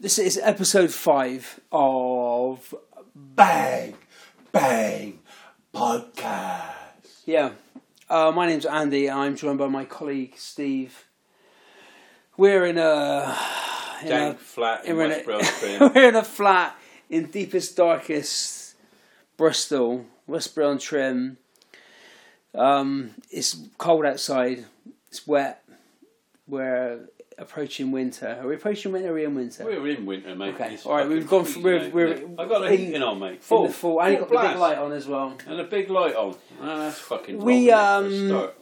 This is episode five of Bang, bang, podcast. yeah. Uh, my name's Andy, and I'm joined by my colleague Steve. We're in a in a, Dank, flat, in we're in West a, Brailsford. we're in a flat in deepest darkest Bristol, West Brown Trim. Um, it's cold outside. It's wet. We're approaching winter. Are we approaching winter? Are we in winter? We're in winter, mate. Okay, It's all right, we've fucking gone freezing, through- mate. we're- I've got a in- heating on, mate. in Full, the fall. And you've got the big blast. light on as well. and a big light on. Ah, that's fucking. We, wrong, isn't it, for um, a start?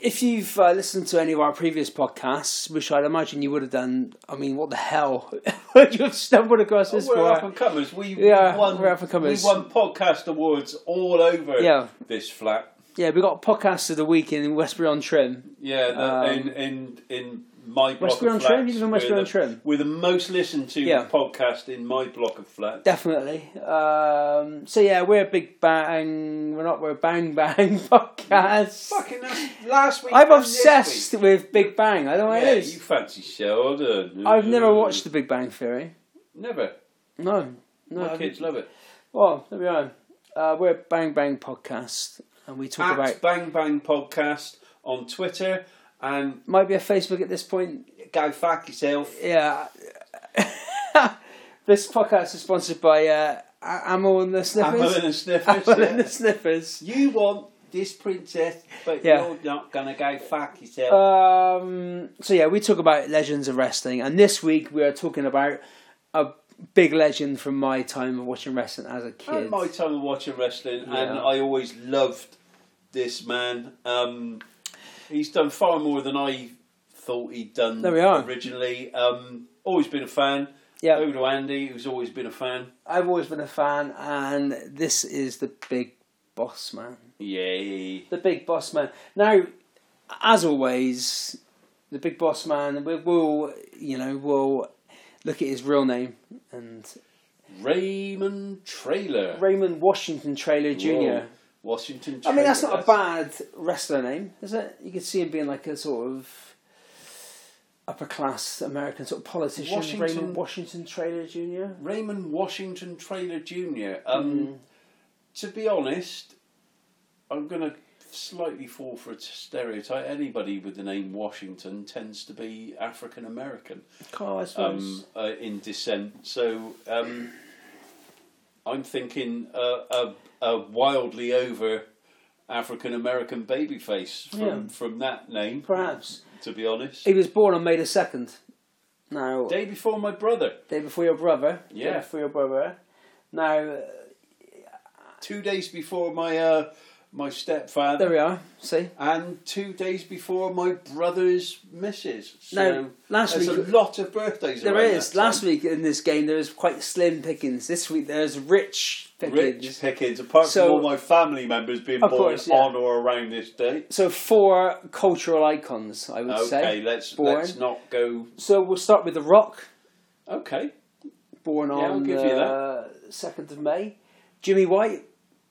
If you've uh, listened to any of our previous podcasts, which I'd imagine you would have done, I mean, what the hell would you have stumbled across this we're up for? and comers. We Yeah, won. we're up and comers. We won podcast awards all over. Yeah. This flat. Yeah, we got podcast of the week in Westbury on Trim. Yeah, the, Um, in in in my block Westbury on of Trim? flats, You live in Westbury we're on the- Trim? We're the most listened to Yeah. podcast in my block of flats. Definitely. Um, so yeah, we're a big bang. We're not. We're a bang bang podcast. Fucking that's last week. I'm and this obsessed with Big Bang. I don't know week. what Yeah, it is. you fancy Sheldon? Mm-hmm. I've never watched The Big Bang Theory. Never. No, no. My kids love it. Well, there we are. Uh, we're a Bang Bang podcast, and we talk At about Bang Bang Podcast on Twitter and might be a Facebook at this point. go fuck yourself. Yeah. this podcast is sponsored by uh, A- Ammo and the Sniffers. Apple and a sniffers. Ammo and yeah. the Sniffers. You want this princess, but Yeah. you're not gonna go fuck yourself. Um, so yeah, we talk about legends of wrestling, and this week we are talking about a big legend from my time of watching wrestling as a I kid. had my time of watching wrestling, and Yeah. I always loved this man. Um, he's done far more than I thought he'd done There we are. originally. Um, always been a fan. Yeah. Over to Andy, who's always been a fan. I've always been a fan, and this is the big boss man. Yay. the big boss man. Now, as always, the big boss man. We will, you know, we'll look at his real name and Raymond Trailer. Raymond Washington Trailer Jr. Whoa. Washington I Trailer. mean, that's not a bad wrestler name, is it? You could see him being like a sort of upper class American sort of politician. Washington- Raymond Washington Trailer Jr. Raymond Washington Trailer Jr. Um, To be honest, I'm going to slightly fall for a t- stereotype. Anybody with the name Washington tends to be African American Oh, I suppose. um, uh, in descent. So um, I'm thinking uh, a, a wildly over African American babyface from, Yeah. from that name, Perhaps. to be honest. He was born on May the 2nd. Now, Day before my brother, day before your brother. Yeah. Day before your brother. Now, uh, two days before my uh, my stepfather. There we are. See, and two days before my brother's missus. So No, last there's week- a lot of birthdays. there around is. that Last time. week in this game, there was quite slim pickings. This week, there's rich pickings. Rich Pickens, apart So- from all my family members being Of born course, yeah. on or around this date. So four cultural icons, I would Okay, say. let's born. let's not go. So we'll start with The Rock, Okay, born I'll on give you the second of May. Jimmy White,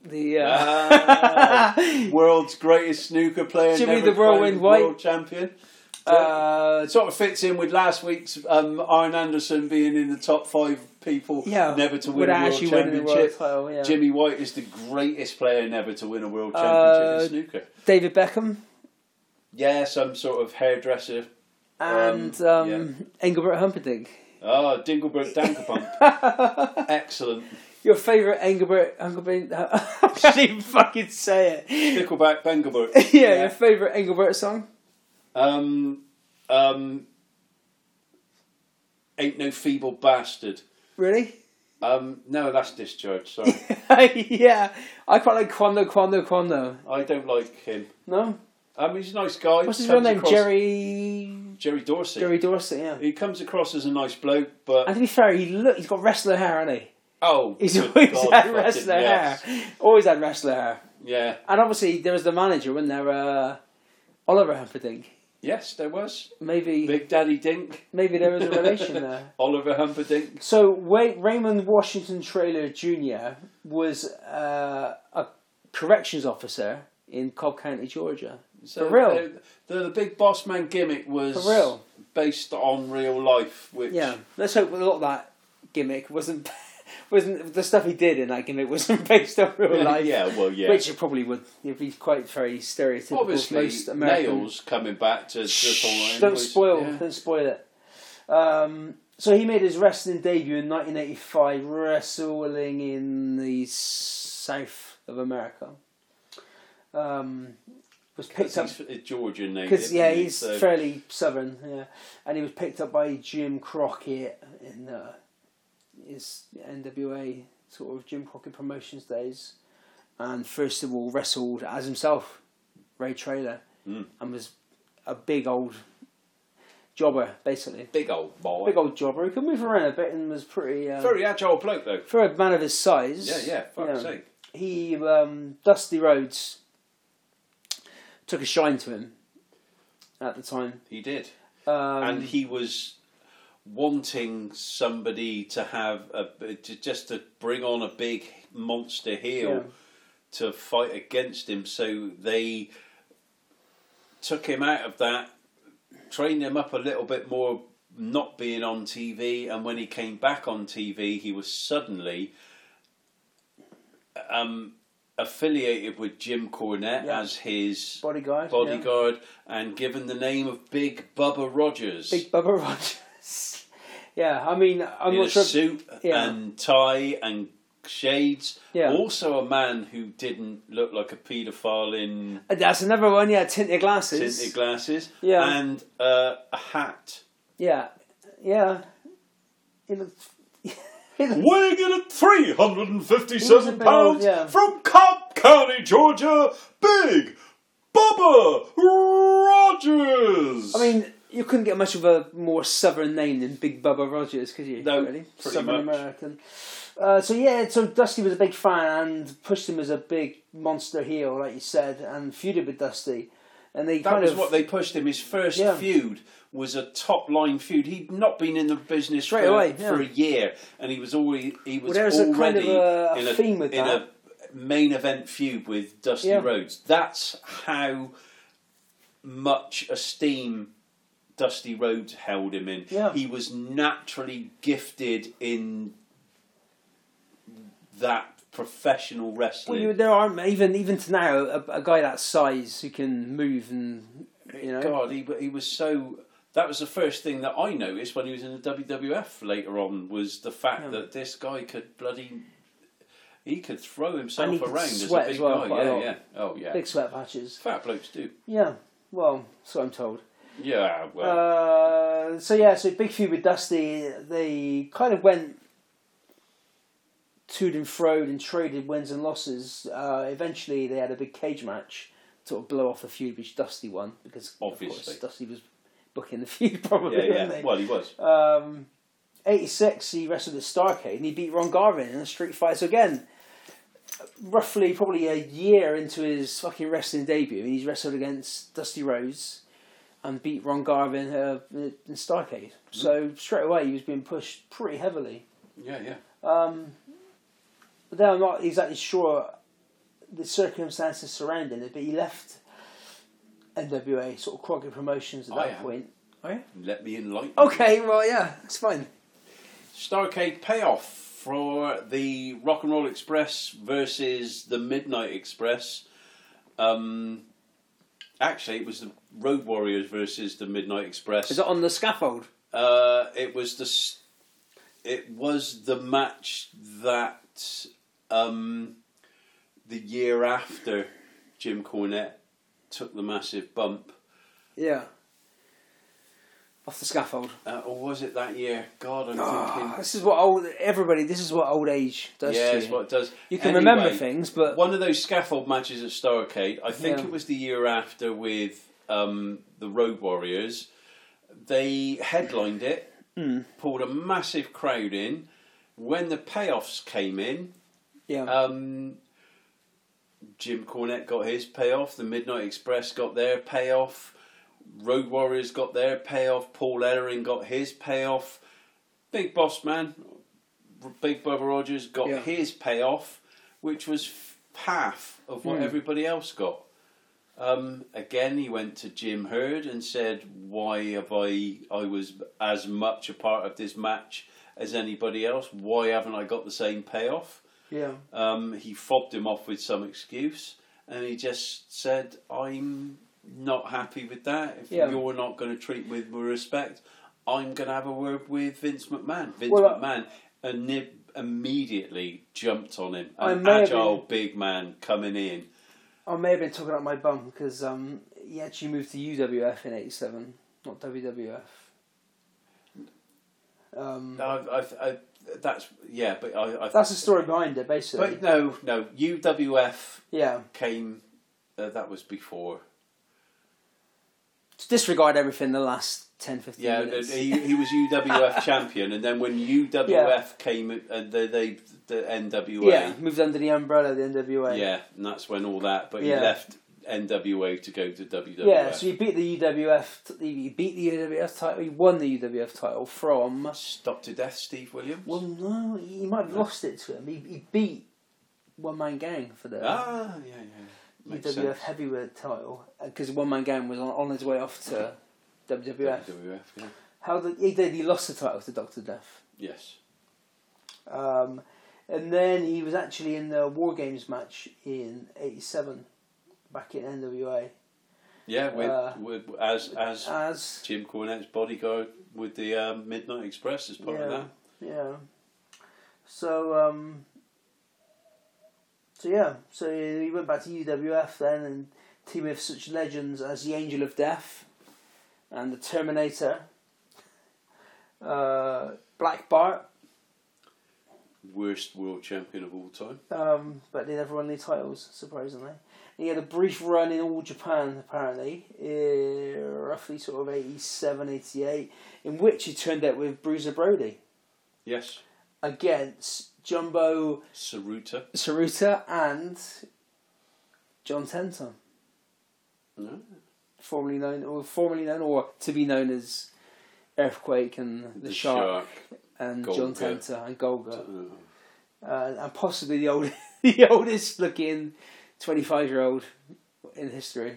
the uh, Ah. world's greatest snooker player, Jimmy never the Whirlwind crowned White. world champion. uh, It sort of fits in with last week's um, Aaron Anderson being in the top five people Yeah, never to win a without world actually winning a championship. world title, yeah. Jimmy White is the greatest player never to win a world championship Uh, in snooker. David Beckham, Yeah, some sort of hairdresser. and Um, um, Engelbert Humperdinck. Oh, Dinglebrook Dankerbump. Excellent. Your favourite Engelbert Humperdinck? I can't even fucking say it. Pickleback Bengelbrook. yeah, your favourite Engelbert song? Um, um, ain't no feeble bastard. Really? Um, no, that's discharge. Sorry, yeah, I quite like Quando Quando Quando. I don't like him. No, Um, he's a nice guy. what's his real Comes name? across- Jerry Jerry Dorsey. Jerry Dorsey. Yeah. He comes across as a nice bloke, And but to be fair, he look he's got wrestler hair, hasn't he? oh, He's good always God, had fucking wrestler yes. hair. Always had wrestler hair. Yeah, And obviously there was the manager when there, uh, Oliver Humperdinck. yes, there was Maybe Big Daddy Dink, maybe there was a relation there. Oliver Humperdinck. So Wa- Raymond Washington Trailer Jr. was uh, a corrections officer in Cobb County, Georgia. So uh, For real? The, the, the big boss man gimmick was For real? based on real life, which Yeah, let's hope a lot of that gimmick wasn't wasn't the stuff he did in that gimmick wasn't based on real life. yeah, well, yeah. Which it probably would. It'd be quite very stereotypical. Obviously, most American. Nails coming back to, to Shh, Thorne don't was- spoil. yeah. Don't spoil it. Um, so he made his wrestling debut in 1985, wrestling in the south of America. Um, was picked up He's a Georgian name. because isn't yeah, he? he's So- fairly southern, yeah, and he was picked up by Jim Crockett in uh, his NWA sort of Jim Crockett Promotions days, and first of all wrestled as himself, Ray Trailer, Mm. and was a big old jobber basically, big old boy. big old jobber who could move around a bit and was pretty uh, Very agile bloke though. for a man of his size. Yeah, yeah. you Fuck's know, sake. He um, Dusty Rhodes took a shine to him at the time. He did, Um, and he was wanting somebody to have a to, just to bring on a big monster heel Yeah. to fight against him. So they took him out of that, trained him up a little bit more, not being on TV. And when he came back on TV, he was suddenly um, affiliated with Jim Cornette Yeah. as his bodyguard. yeah. bodyguard and given the name of Big Bubba Rogers Big Bubba Rogers. yeah, I mean, I'm in a not sure. suit yeah. and tie and shades. Yeah. Also, a man who didn't look like a paedophile in That's another one. Yeah, tinted glasses. tinted glasses. Yeah. And uh, a hat. yeah, yeah. He looked. he looked- Weighing in at 357 He was a bit old, yeah. from Cobb County, Georgia, Big Bubba Rogers. I mean, you couldn't get much of a more southern name than Big Bubba Rogers, could you? No, really? pretty Southern much. American. Uh, so yeah, so Dusty was a big fan and pushed him as a big monster heel, like you said, and feuded with Dusty, and they that kind was of what they pushed him. His first Yeah. feud was a top line feud. He'd not been in the business Straight for, away, for a year, and he was already he Well, was there's a kind already of a- a in a theme with in that. a main event feud with Dusty Yeah. Rhodes. That's how much esteem Dusty Rhodes held him in. Yeah. He was naturally gifted in that professional Well, wrestling. you, there are even even to now a, a guy that size who can move and you know. God, he he was so. That was the first thing that I noticed when he was in the WWF later on was the fact Yeah. that this guy could bloody. He could throw himself And he could around sweat as a as big well guy. quite a Yeah, lot. yeah. Oh, yeah. Big sweat patches. Fat blokes do. Yeah. Well, so I'm told. Yeah, well. Uh, so yeah, so big feud with Dusty. They kind of went toed and froed and traded wins and losses. Uh, eventually, they had a big cage match to sort of blow off the feud, which Dusty won because of Obviously. course, Dusty was booking the feud probably. yeah, wasn't yeah. he? Well, he was. Um, 86, he wrestled at Starcade and he beat Ron Garvin in a street fight. So again, roughly probably a year into his fucking wrestling debut, and he's wrestled against Dusty Rhodes and beat Ron Garvin uh, in Starcade. So straight away, he was being pushed pretty heavily. Yeah, yeah. Um, but then I'm not exactly sure the circumstances surrounding it, but he left NWA, sort of Crockett Promotions at I that am. point. Oh, yeah? Let me enlighten. you. Okay, well, yeah, that's fine. Starcade payoff for the Rock and Roll Express versus the Midnight Express. Um, actually, it was the Road Warriors versus the Midnight Express. Is it on the scaffold? Uh, it was the s- it was the match that um, the year after Jim Cornette took the massive bump, Yeah. Off the scaffold. uh, or was it that year? God, I'm thinking. This is what old everybody. This is what old age Ah, does Yeah, to it's you. what it does. you can Anyway, remember things, but One of those scaffold matches at Starcade, I think Yeah. it was the year after with um, the Road Warriors. They headlined it, Hmm. pulled a massive crowd in. When the payoffs came in, yeah, Um, Jim Cornette got his payoff. The Midnight Express got their payoff. Road Warriors got their payoff. Paul Ellering got his payoff. Big Boss Man, Big Bubba Rogers got Yeah. his payoff, which was f- half of what Hmm. everybody else got. Um, again, he went to Jim Hurd and said, "Why have I? I was as much a part of this match as anybody else. Why haven't I got the same payoff? Yeah. Um, he fobbed him off with some excuse, and he just said, "I'm not happy with that. If Yeah. you're not going to treat me with respect, I'm going to have a word with Vince McMahon." Vince Well, uh, I- McMahon and Nib immediately jumped on him. I An may have agile big man coming in. I may have been talking about my bum because um, he actually moved to UWF in '87, not WWF. Um, I, I, I, that's yeah, but I, I that's the story behind it, basically. But no, no. UWF yeah, came. Uh, that was before. Just disregard everything the last 10, 15 Yeah, minutes. he, he was UWF champion, and then when UWF came, uh, the, they the NWA. yeah, moved under the umbrella of the NWA. Yeah, and that's when all that. But Yeah. he left NWA to go to WWF. Yeah, so he beat the UWF. t- He beat the UWF title. He won the UWF title from. stopped to death, Steve Williams. Well, no, he might have lost it to him. He, he beat One Man Gang for the ah, yeah, yeah. Makes UWF sense. heavyweight title because One Man Gang was on, on his way off to WWF. WWF. Yeah. How did he did? He lost the title to Doctor Death, Yes. um, and then he was actually in the War Games match in '87, back in NWA Yeah, with, Uh, with as as as Jim Cornette's bodyguard with the um, Midnight Express as part of Yeah. that. Yeah. So um so yeah, so he went back to UWF then and teamed with such legends as the Angel of Death and the Terminator, uh, Black Bart, worst world champion of all time. um, but they never won the titles, surprisingly. And he had a brief run in all Japan, apparently, eh, roughly sort of 87, 88, in which he turned out with Bruiser Brody Yes. against Jumbo Saruta. Saruta and John Tenton, No. formerly known or formerly known or to be known as Earthquake and the, Shark, and John Golga. Tenter and Golga, Oh. uh, and possibly the old the oldest looking twenty five year old in history.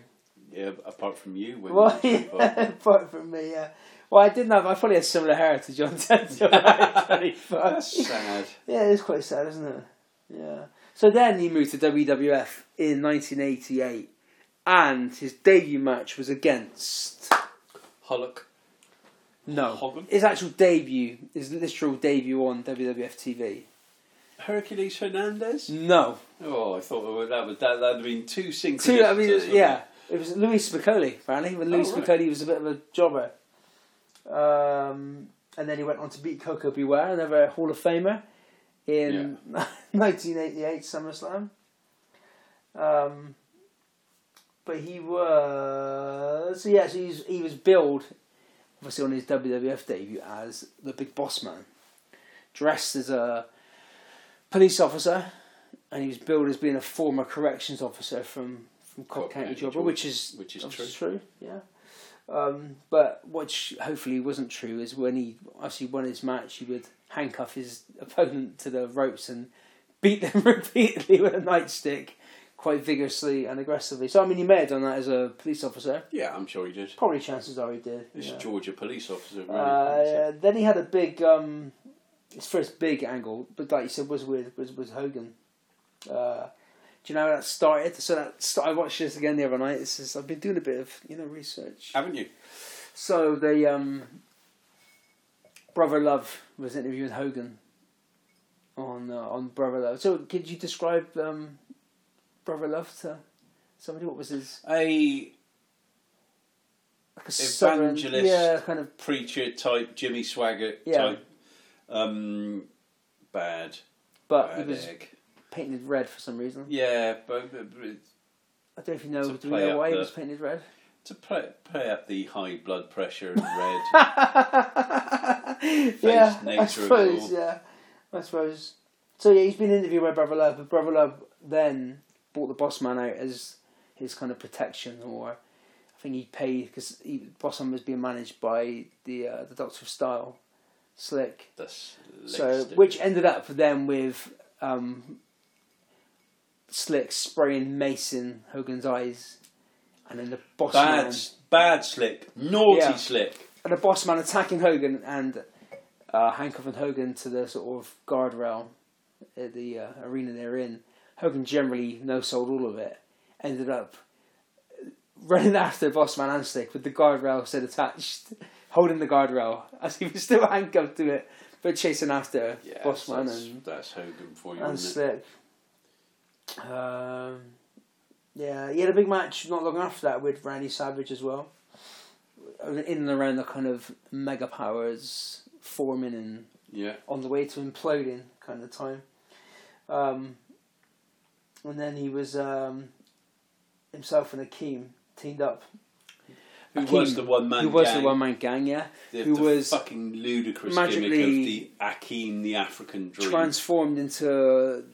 Yeah, but apart from you. When Well, you yeah, apart from me, yeah. Well, I didn't have. I probably had similar hair to John Tenter. when I was 25. That's sad. Yeah, it's quite sad, isn't it? Yeah. So then he moved to WWF in 1988, and his debut match was against. Hulk. No. Hogan? His actual debut, his literal debut on WWF TV. Hercules Hernandez? No. Mm. Oh, I thought well, that would that that'd have been too synchronous. Two, I or mean, something. yeah. It was Luis Spicoli, apparently, when Oh, Luis right. Spicoli was a bit of a jobber. Um, and then he went on to beat Coco Beware, another Hall of Famer, in 1988 SummerSlam. Um, but he was so yeah, so he's, he was billed obviously on his WWF debut as the Big Boss Man, dressed as a police officer, and he was billed as being a former corrections officer from from Cobb Cobb County, County, Jobber, Georgia, which is which is obviously true, yeah. Um, but what sh- hopefully wasn't true is when he actually won his match, he would handcuff his opponent to the ropes and beat them repeatedly with a nightstick quite vigorously and aggressively. So, I mean, he may have done that as a police officer. Yeah, I'm sure he did. Probably chances are he did. It's yeah. a Georgia police officer. Really, Uh, then he had a big, um, his first big angle, but like you said, was with was, was Hogan. Uh, do you know how that started? So that sta- I watched this again the other night. It's just, I've been doing a bit of you know research. haven't you? So the um, brother Love was interviewing Hogan on uh, on brother Love. So could you describe um, brother Love to somebody? What was his A like a southern- Evangelist. yeah, kind of preacher type, Jimmy Swaggart Yeah. type. Um, bad. but he Bad was egg. painted red for some reason. Yeah, but, but, but I don't know if you know. To Do we play know up why he the- was painted red? to play, play up the high blood pressure and red. yeah, I nature of it suppose. all. Yeah, I suppose. So yeah, he's been interviewed by Brother Love, but Brother Love then bought the Boss Man out as his kind of protection, or I think he paid because Boss Man was being managed by the uh, the Doctor of Style, Slick. the So, slickster. which ended up for them with um, Slick spraying Mason Hogan's eyes, and then the boss bad, man, bad slick, naughty Yeah. slick. and the boss man attacking Hogan, and uh, Hancock and Hogan to the sort of guardrail at the uh, arena they're in. Hogan generally no sold all of it. Ended up running after Bossman Anstick with the guardrail still attached, holding the guardrail as he was still handcuffed to it, but chasing after Yeah, Bossman that's, and that's Hogan for you. Isn't it? Anstick. Um, yeah, he had a big match not long after that with Randy Savage as well. In and around the kind of mega powers forming and Yeah, on the way to imploding kind of time. Um, and then he was um, himself and Akeem teamed up. who Akeem, was the one man? who was gang? the one man gang? Yeah, The, who the was fucking ludicrous magically gimmick of the Akeem, the African dream. transformed into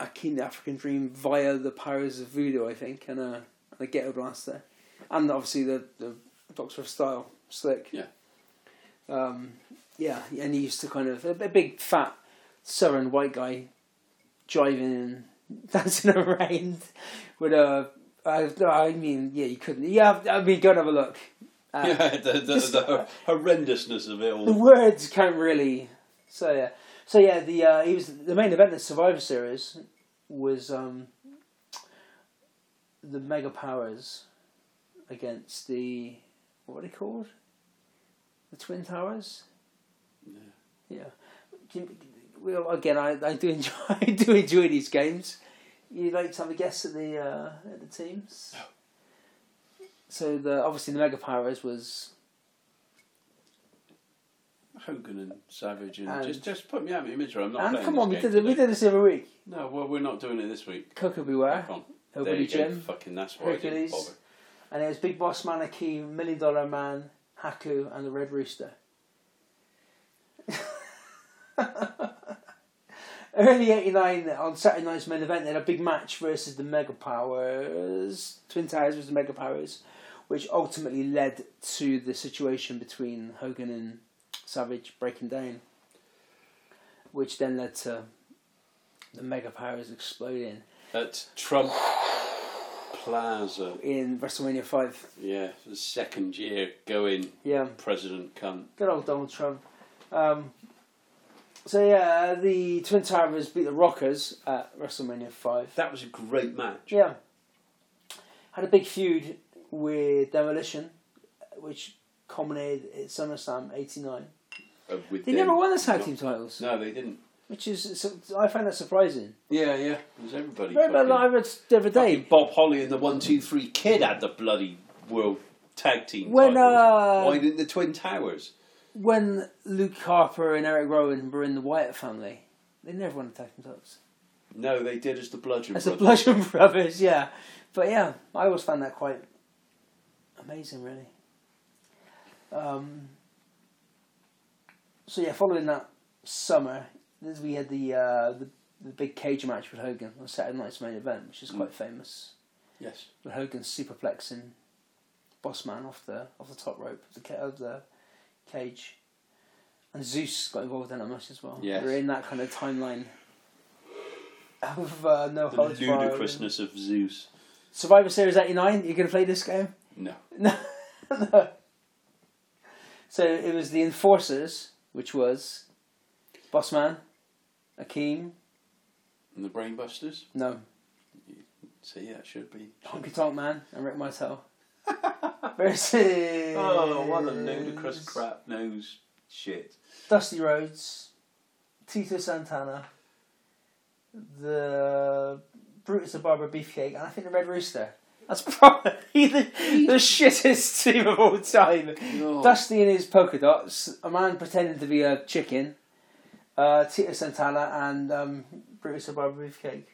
Akeem the African Dream via the powers of voodoo, I think, and a, and a ghetto blaster, and obviously the, the Doctor of Style slick. Yeah. Um, yeah, and he used to kind of a, a big fat Southern white guy driving and dancing around with a. I, I mean, yeah, you couldn't. Yeah, I mean, go and have a look. Uh, yeah, the, the, just- the hor- horrendousness of it all. the words can't really. So yeah, so yeah, the uh, he was the main event of Survivor Series was um, the Mega Powers against the what are they called? The Twin Towers. Yeah. Yeah. Do you- Well, again, I, I do enjoy I do enjoy these games. You like to have a guess at the uh, at the teams. So the obviously the Mega Powers was Hogan and Savage and, And- just just put me out of my misery. I'm not. and playing come this on, we game did it, we today. did this every week. No, well, we're not doing it this week. Coco Beware, Come on. There Hillbilly you go. Jim, Fucking that's why I didn't Hercules. bother. and it was Big Boss Manaki, Million Dollar Man, Haku, and the Red Rooster. Early '89 on Saturday night's main event, they had a big match versus the Mega Powers. Twin Towers versus the Mega Powers, which ultimately led to the situation between Hogan and Savage breaking down, which then led to the Mega Powers exploding At Trump Plaza. in WrestleMania Five. Yeah, the second year going Yeah. president cunt. Good old Donald Trump. Um, so yeah, uh, the Twin Towers beat the Rockers at WrestleMania five. That was a great match. Yeah, had a big feud with Demolition, which culminated at SummerSlam '89. Uh, with They them. never won the tag team titles, No, they didn't. which is so- I find that surprising. Yeah, yeah. It was everybody. Very bad. fucking- I read the other fucking day. Bob Holly and the One Two Three Kid had the bloody world tag team. When, titles. uh, why didn't the Twin Towers? When Luke Harper and Eric Rowan were in the Wyatt family, they never won the tag team titles. No, they did as the Bludgeon That's a Brothers. blush and rubbish, yeah. But yeah, I always found that quite amazing, really. Um, so yeah, following that summer, there's- we had the, uh, the the big cage match with Hogan on Saturday night's main event, which is quite Mm. famous. yes. With Hogan superplexing Bossman off the off the top rope of the ca- of the cage, and Zeus got involved in that match as well. Yes. We're in that kind of timeline of uh, no The holds barred. ludicrousness of Zeus. Survivor Series 89, you're going to play this game? No. No. no. So it was the Enforcers, which was Bossman, Akeem, And the Brainbusters? no, See, that should be. Honky Tonk Man, and Rick Martel. versus. Oh, what a ludicrous crap nose shit. Dusty Rhodes, Tito Santana, the Brutus the Barber Beefcake, and I think the Red Rooster. That's probably the, the shittest team of all time. No. Dusty in his polka dots, a man pretending to be a chicken, uh, Tito Santana, and um, Brutus the Barber Beefcake.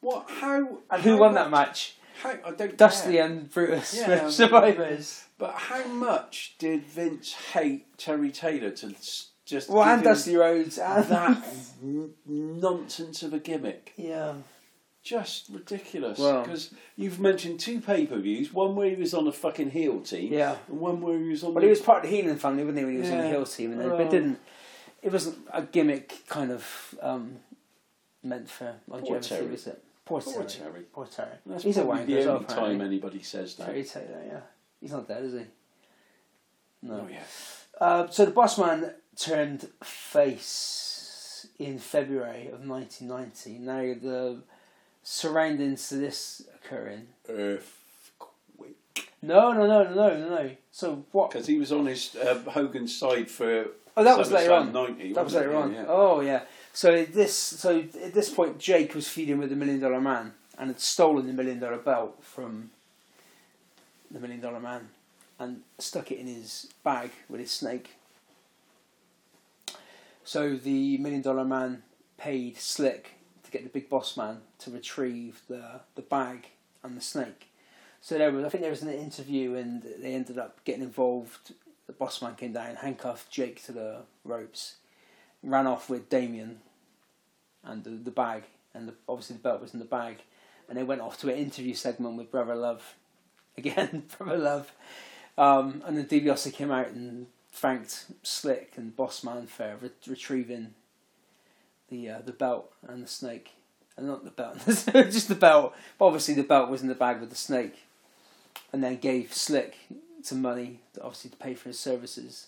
What? How? And who how won that much- match? How, I don't. Dusty care. and Brutus Yeah, were I mean- survivors. But how much did Vince hate Terry Taylor to s- just Well, give and him Dusty Rhodes and that n- Mm-hmm. nonsense of a gimmick? Yeah. Just ridiculous. Well- Because you've mentioned two pay per views, one where he was on a fucking heel team, Yeah. and one where he was on. Well, the- he was part of the Heenan family, wasn't he, when he was on the Yeah. Hill team? And then, Well- but didn't. It wasn't a gimmick kind of um, meant for longevity, Terry. was it? Poor, Poor Terry. Terry. Poor Terry. That's He's a probably wanker the as well, only time apparently. anybody says that. Terry Taylor, yeah. He's not dead, is he? No. Oh yeah. Uh, so the boss man turned face in February of 1990. Now, the surroundings to this occurring. Earthquake. No, no, no, no, no, no, no. So what? Because he was on his uh, Hogan's side for. Oh, that was later SummerSlam on. 90, That was wasn't later it? on. Yeah. Oh yeah. So at this, so at this point, Jake was feeding with the Million Dollar Man and had stolen the Million Dollar Belt from the Million Dollar Man and stuck it in his bag with his snake. So the Million Dollar Man paid Slick to get the Big Boss Man to retrieve the the bag and the snake. So there was, I think there was an interview, and they ended up getting involved. The boss man came down, handcuffed Jake to the ropes, ran off with Damien and the, the bag, and the, obviously the belt was in the bag, and they went off to an interview segment with Brother Love, again Brother Love, um, and then DiBiase came out and thanked Slick and Boss Man for re- retrieving the uh, the belt and the snake, and not the belt, just the belt. But obviously the belt was in the bag with the snake, and then gave Slick some money, obviously to pay for his services.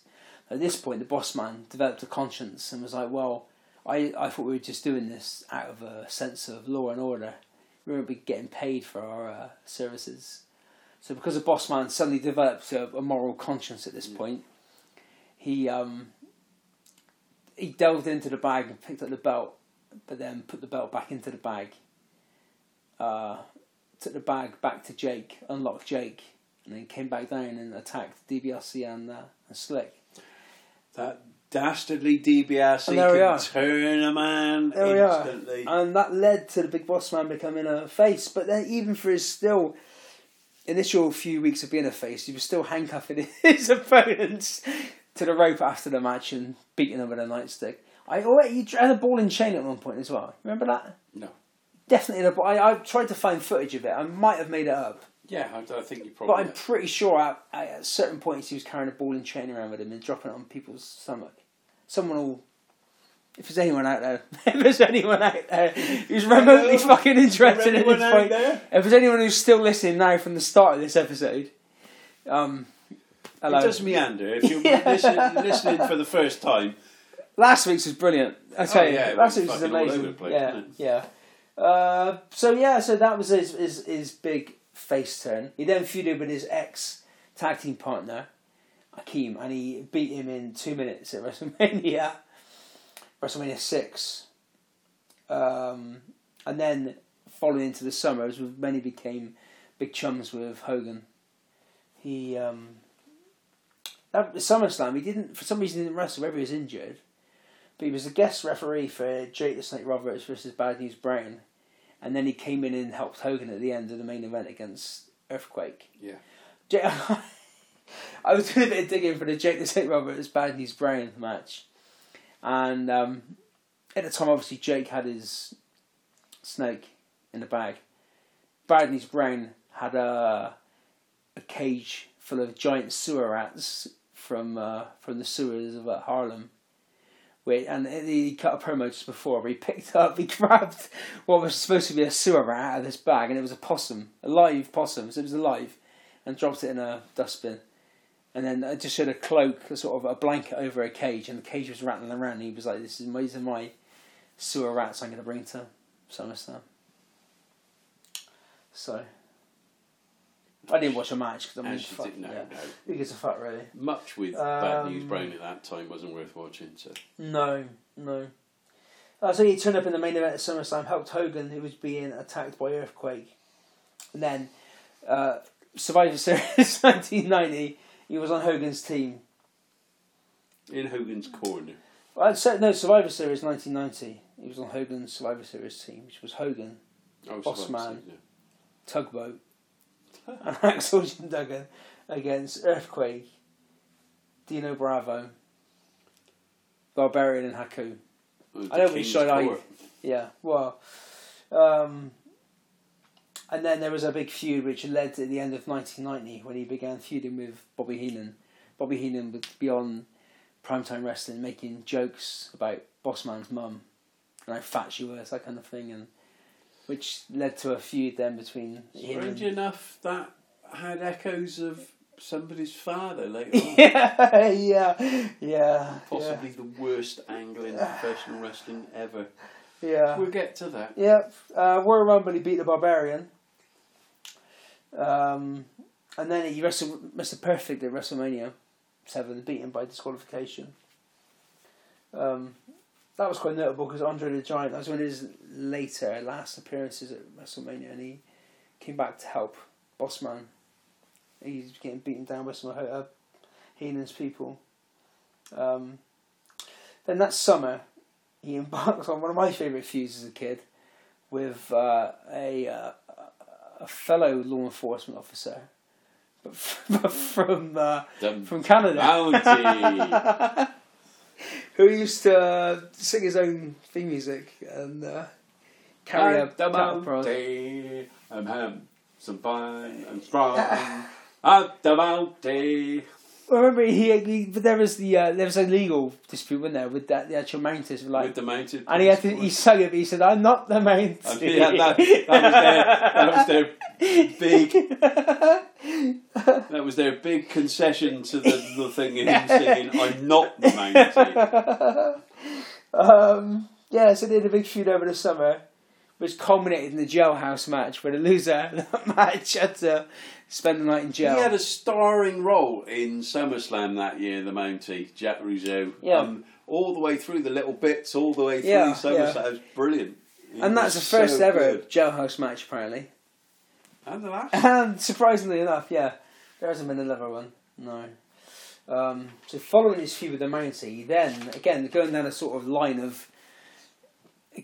At this point, the boss man developed a conscience and was like, "Well, I, I thought we were just doing this out of a sense of law and order. We won't be getting paid for our uh, services." So, because the boss man suddenly developed a, a moral conscience at this point, he um, he delved into the bag and picked up the belt, but then put the belt back into the bag. Uh, took the bag back to Jake, unlocked Jake, and then came back down and attacked DiBiase and, uh, and Slick. That dastardly DBS And there we can are. turn a man There we are. Uh, instantly. And that led to the big boss man becoming a face. But then, even for his still initial few weeks of being a face, he was still handcuffing his opponents to the rope after the match and beating them with a nightstick. I already he had a ball and chain at one point as well. Remember that? No. Definitely. The, I, I tried to find footage of it. I might have made it up, Yeah, I, I think you but probably. I'm pretty sure at, at certain points he was carrying a ball and chain around with him and dropping it on people's stomach. Someone will. If there's anyone out there, if there's anyone out there who's remotely Hello? fucking interested in anyone this out point, there? if there's anyone who's still listening now from the start of this episode, um, hello. It does meander. If you're Yeah. listen, listening for the first time, Last week's was brilliant. I tell Oh, you, yeah, it last was week's was fucking all over amazing. the place, yeah, wasn't yeah. Uh, so yeah, so that was his, his his big face turn. He then feuded with his ex tag team partner, Akeem, and he beat him in two minutes at WrestleMania, WrestleMania six. Um, and then following into the summer, as with many became big chums with Hogan. He um, that SummerSlam, he didn't for some reason he didn't wrestle. Maybe he was injured, but he was a guest referee for Jake the Snake Roberts versus Bad News Brown, and then he came in and helped Hogan at the end of the main event against Earthquake. Yeah. Jake, I was doing a bit of digging for the Jake the Snake Roberts Bad News Brown match, and um, at the time, obviously Jake had his snake in the bag. Bad News Brown had a a cage full of giant sewer rats from uh, from the sewers of uh, Harlem. Wait, and he cut a promo just before where he picked up, he grabbed what was supposed to be a sewer rat out of this bag, and it was a possum, a live possum, so it was alive, and dropped it in a dustbin. And then I just showed a cloak, a sort of a blanket over a cage, and the cage was rattling around, and he was like, "This is my, these are my sewer rats I'm going to bring to SummerSlam." So, I didn't watch a match because I mean, and she fuck, did, no, yeah. no. Who gives a fuck, really? Much with Bad News Um, Brown at that time wasn't worth watching. So No, no. Uh, so he turned up in the main event at SummerSlam, helped Hogan, who was being attacked by Earthquake. And then uh, Survivor Series 1990, he was on Hogan's team. in Hogan's corner, Well, I'd say- no, Survivor Series 1990, he was on Hogan's Survivor Series team, which was Hogan, I was Boss about to say, Tugboat, and Axel Jim Duggan against Earthquake, Dino Bravo, Barbarian, and Haku. yeah. Oh, The I don't think King's Shine Eye- Court. Yeah, well, um, and then there was a big feud which led to the end of 1990 when he began feuding with Bobby Heenan. Bobby Heenan would be on primetime wrestling, making jokes about Bossman's mum and how fat she was, that kind of thing, and which led to a feud then between Strange Heenan. enough, that had echoes of somebody's father later on. yeah, yeah, yeah. Possibly the worst angle in professional wrestling ever. Yeah. We'll get to that. Yeah, uh, Royal Rumble he beat the Barbarian. Um, and then he wrestled Mr. Perfect at WrestleMania 7, beaten by disqualification. Um, that was quite notable because Andre the Giant, that was one of his later, last appearances at WrestleMania, and he came back to help Bossman. He's getting beaten down by some of uh, Heenan's people. Um, then that summer, he embarks on one of my favourite feuds as a kid with uh, a, uh, a fellow law enforcement officer but from uh, Dum- from Canada Bounty. who used to uh, sing his own theme music and uh, carry a I'm the cattle prod. bounty. I'm handsome, fine, I'm strong. I'm the bounty. I remember he, he but there was the uh, there was a legal dispute wasn't there with that the actual mounties were like With the mounted. and he had to, he police sung it but he said I'm not the mountie force. Yeah, that, that, was their, that was their big that was their big concession to the, the thing in him singing I'm not the Mountie. Um, yeah, so they had a big feud over the summer, which culminated in the jailhouse match where the loser of that match had to spend the night in He jail. had a starring role in SummerSlam that year, the Mountie, Jack Rougeau. Yeah. all the way through the little bits, all the way through Yeah, SummerSlam. yeah. It was brilliant. He and that's the was first so ever good. jailhouse match, apparently. And the last. And Um, surprisingly enough, yeah, there hasn't been another one. No. Um, so following his feud with the Mountie, then again going down a sort of line of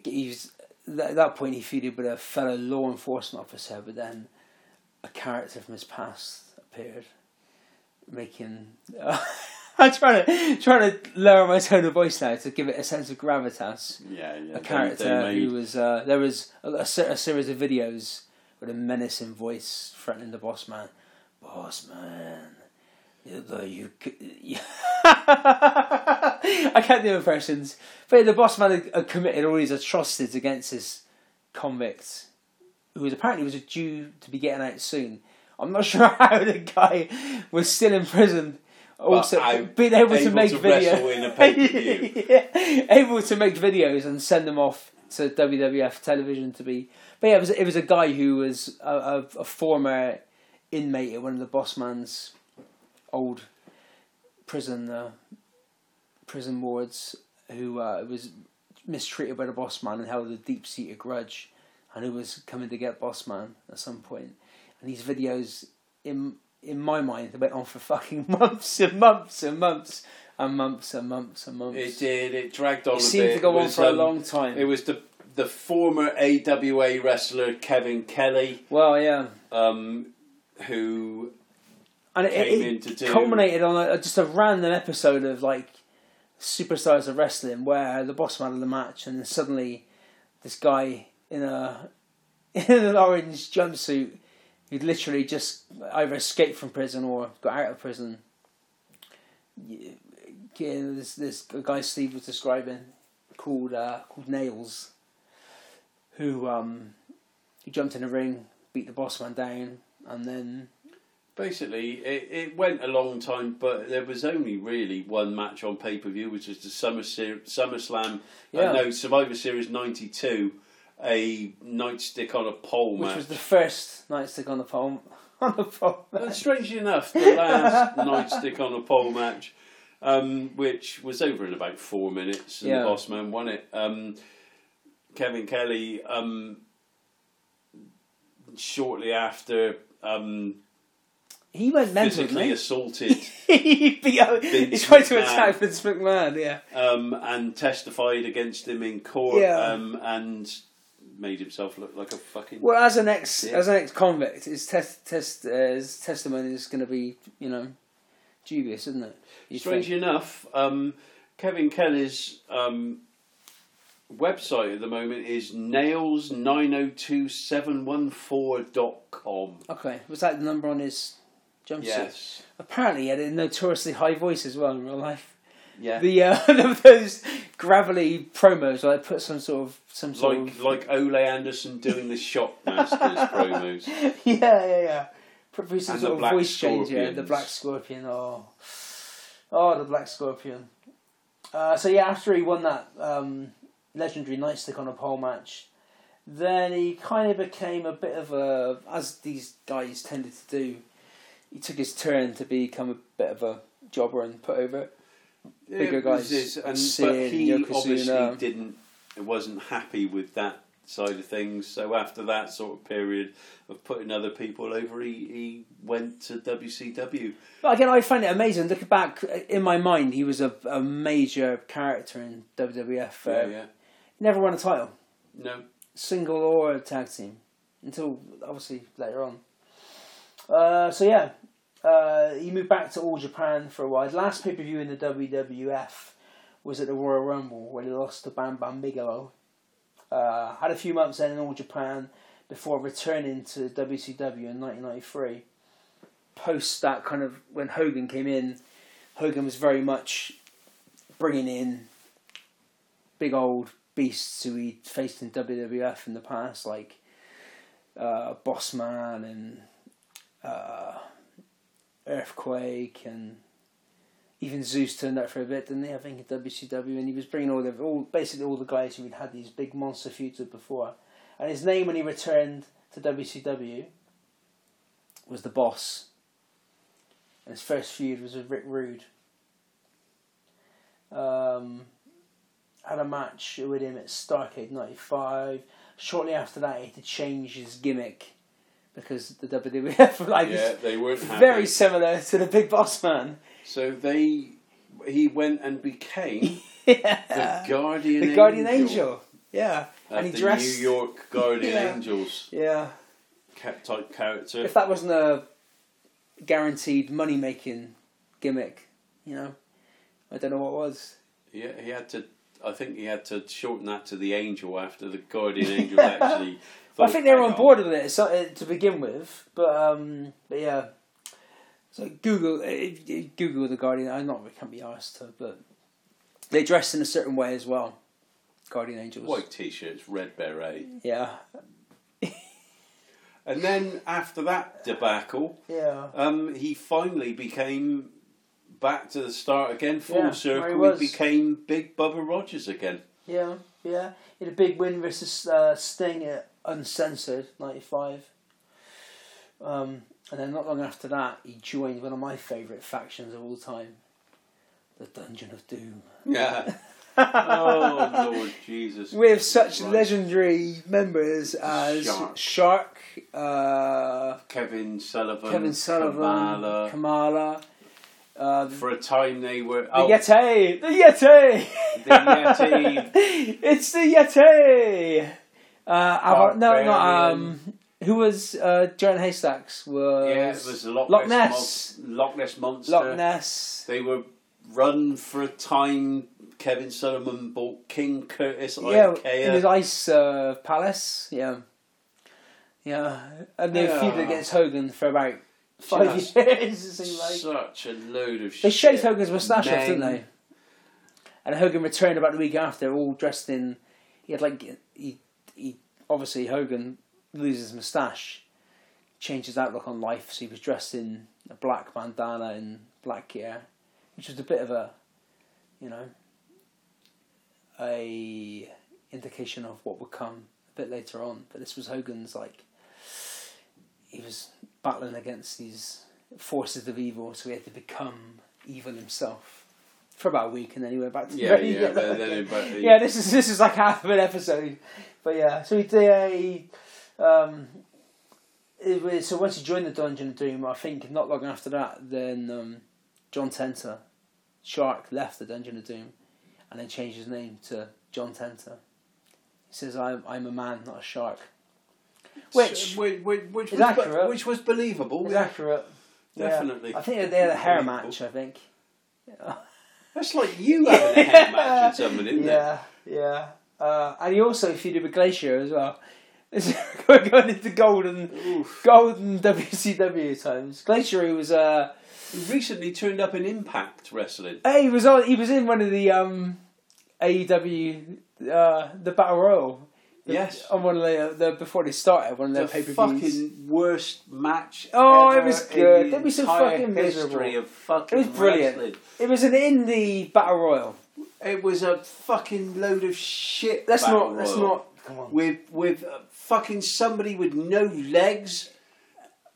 he's at that point he feuded with a fellow law enforcement officer, but then a character from his past appeared, making. I'm trying to trying to lower my tone of voice now to give it a sense of gravitas Yeah, yeah. a they- character they who made- was uh, there was a, a, ser- a series of videos with a menacing voice threatening the boss man. Boss man, you, the- you, c- I can't do impressions. But yeah, the boss man had, had committed all these atrocities against his convict, who was apparently was due to be getting out soon. I'm not sure how the guy was still in prison. Also, out- being able, to able make to video, wrestle in a pay-per-view. yeah, able to make videos and send them off to WWF television to be. But yeah, it was it was a guy who was a, a, a former inmate at one of the boss man's old prison uh, prison wards who uh, was mistreated by the boss man and held a deep seated grudge, and who was coming to get boss man at some point. And these videos, in in my mind, they went on for fucking months and months and months and months and months and months. It did. It dragged on. It a seemed bit. to go It on was, for a um, long time. It was the the former AWA wrestler Kevin Kelly, well, yeah, um, who and it, came it- in it to do- culminated on a, just a random episode of like superstars of wrestling where the boss man of the match, and then suddenly this guy in a in an orange jumpsuit who'd literally just either escaped from prison or got out of prison. Yeah, yeah, this this guy Steve was describing called uh, called Nails, who um, he jumped in the ring, beat the boss man down, and then basically it, it went a long time, but there was only really one match on pay per view, which was the Summer Ser- SummerSlam. Yeah. Uh, no, Survivor Series '92, a nightstick on a pole which match. was the first nightstick on the pole on the pole. And strangely enough, the last nightstick on a pole match, um, which was over in about four minutes, and Yeah. the boss man won it. Um, Kevin Kelly, um, shortly after, um, He went mental. physically didn't assaulted He He beat up. He Vince tried to McMahon. attack Vince McMahon. Yeah. um, and testified against him in court Yeah. um, and made himself look like a fucking. Well, as an ex, Yeah. as an ex convict, his test, test, uh, his testimony is going to be, you know, dubious, isn't it? You Strangely think. enough, um, Kevin Kelly's um, website at the moment is nails902714.com. Okay, was that the number on his jumpsuit? Yes. Apparently, he had a notoriously high voice as well in real life. Yeah. The uh, those gravelly promos, where I put some sort of some sort like of like Ole Anderson doing the Shockmasters promos. yeah, yeah, yeah. Probably some And sort the of Black voice change, yeah. The Scorpions. Black Scorpion, oh. Oh, the Black Scorpion. Uh, so, yeah, after he won that um, legendary nightstick on a pole match, then he kind of became a bit of a, as these guys tended to do, he took his turn to become a bit of a jobber and put over. Bigger it was guys, this, and, Sid, but he Yokozuna. obviously didn't, wasn't happy with that side of things. So after that sort of period of putting other people over, he, he went to WCW. But again, I find it amazing. Looking back uh, in my mind, he was a, a major character in WWF. Uh, Yeah, yeah. Never won a title, No, single or tag team, until obviously later on. Uh, so yeah, uh, he moved back to All Japan for a while. His last pay per view in the WWF was at the Royal Rumble, where he lost to Bam Bam Bigelow. Uh, had a few months then in All Japan before returning to WCW in 1993. Post that kind of when Hogan came in, Hogan was very much bringing in big old beasts who he faced in WWF in the past, like uh, Boss Man and uh, Earthquake and even Zeus turned up for a bit, didn't he? I think in WCW, and he was bringing all the all basically all the guys who had had these big monster feuds with before, and his name when he returned to WCW was the Boss, and his first feud was with Rick Rude. Um, had a match with him at Starcade '95. Shortly after that, he had to change his gimmick because the WWF like his yeah, they weren't happy. very similar to the Big Boss Man. So they, he went and became the yeah. guardian, The Guardian Angel. Yeah. of And he the dressed. New York Guardian Yeah. Angels Yeah. ca- type character. If that wasn't a guaranteed money making gimmick, you know, I don't know what was. Yeah, he had to. I think he had to shorten that to the angel after the guardian angel actually. I thought, think they were "Hang on board with it so, uh, to begin with, but um, but yeah. So Google, uh, uh, Google the Guardian. I'm not. I can't be asked to, but they dressed in a certain way as well. Guardian angels. White t-shirts, red beret, Yeah. and then after that debacle, Yeah. um, he finally became back to the start again, full Yeah, where he circle. was. He became Big Bubba Rogers again. Yeah, yeah. He had a big win versus uh, Sting at Uncensored '95. Um, and then not long after that, he joined one of my favourite factions of all time, the Dungeon of Doom. Yeah. oh Lord Jesus. With such Christ. legendary members as as Shark, Shark. uh, Kevin Sullivan, Kevin Sullivan, Kamala. Kamala, uh, the For a time, they were oh, Yeti, the Yeti. the Yeti, it's the Yeti. Uh, Avar- no, not Barbarian. um. Who was uh, Giant Haystacks? Was Yeah, it was the Loch, Loch Ness. Mon- Loch Ness monster. Loch Ness. They were run for a time. Kevin Solomon bought King Curtis Yeah, in his Ikea. ice uh, palace. Yeah, yeah, and they Yeah. feuded against Hogan for about five Just years. it seemed like. Such a load of shit. They shaved Hogan's moustache off, didn't Men. they? And Hogan returned about the week after, all dressed in. He had like he he obviously Hogan loses his moustache, changed his outlook on life, so he was dressed in a black bandana and black gear, which was a bit of a, you know, a indication of what would come a bit later on. But this was Hogan's like he was battling against these forces of evil, so he had to become evil himself for about a week, and then he went back to Yeah, yeah, but then it- but he- yeah. This is this is like half of an episode, but yeah. So he, yeah, he um, it was- so once he joined the Dungeon of Doom, I think not long after that, then um, John Tenter, Shark, left the Dungeon of Doom, and then changed his name to John Tenter. He says, "I'm I'm a man, not a shark." Which- So, which, which, which, is was, accurate. which was believable. It's yeah. accurate. Yeah. Definitely. I think they had a hair Believable. match. I think. That's like you having a head match with someone, isn't it? Yeah, yeah. Uh, and he also feuded with Glacier as well. We're going into golden, Oof. golden WCW times. Glacier he was uh, He recently turned up in Impact Wrestling. hey, he was E on, he was in one of the um, AEW uh, the Battle Royal The- Yes. On one of their, the, before they started, one of their The pay per views. fucking worst match. Oh, it ever was in good. the That was so entire fucking history miserable. of fucking It was brilliant. wrestling. It was an indie battle royal. It was a fucking load of shit. That's battle not. That's royal. not. Come on. With with uh, fucking somebody with no legs.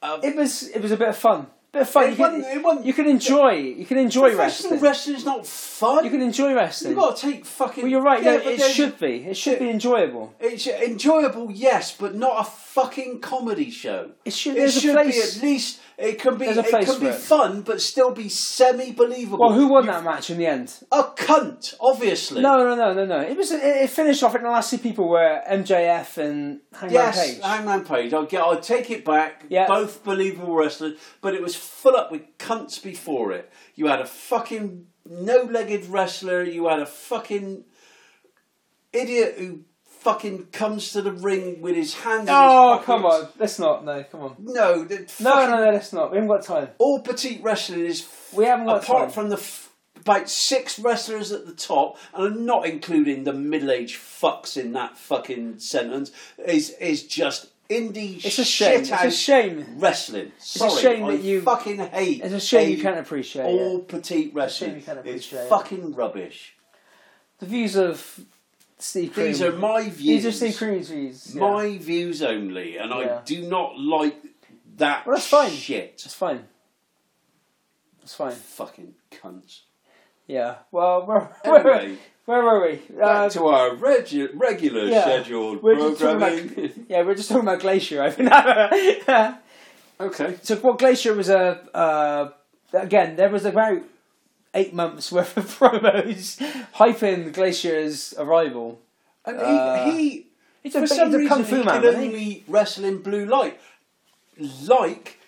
Uh, It was. It was a bit of fun. Bit of fun. It you, wasn't- can, it wasn't- you can enjoy. You can enjoy professional wrestling. wrestling's not fun. You can enjoy You've wrestling. got to take fucking. well, you're right. Yeah, no, but it then- should be. It should be enjoyable. It's enjoyable, yes, but not a fucking comedy show. It should. It There's should a place. be at least. It can be. There's a It place can be for it. fun, but still be semi-believable. well, who won that match in the end? A cunt, obviously. No, no, no, no, no. It was. It, it finished off, and the last two people were MJF and Hangman Yes, Page. Hangman Page. I'll get. I'll take it back. Yeah. Both believable wrestlers, but it was full up with cunts before it. You had a fucking no-legged wrestler. You had a fucking idiot who fucking comes to the ring with his hands. in oh, his come pockets. on. Let's not. No, come on. No, the No, fucking- no, no. Let's not. We haven't got time. all petite wrestling is We haven't got apart time. from the f- about six wrestlers at the top, and I'm not including the middle-aged fucks in that fucking sentence. Is is just indie It's a shame. It's a shit-house shame. wrestling. Sorry, shame I that you- fucking hate. It's a shame you hate can't appreciate it. all petite wrestling. you can't It's appreciate it. fucking rubbish. The views of Steve Cream. These are my views. These are Steve Cream's views. yeah. My views only, and Yeah. I do not like that Well, that's fine. shit. It's fine. It's fine. Fucking cunts. Yeah. Well, where, Anyway. where, where were we? Back Uh, to our regu- regular yeah. scheduled We're just talking programming. yeah, we we're just talking about Glacier. I think. okay. so, well, Glacier was a. Uh, again, there was about eight months worth of promos hyping Glacier's arrival. And Uh, he, he He's a, for big- some he's a reason, kung he fu could man. isn't he? only wrestle in blue light. Like,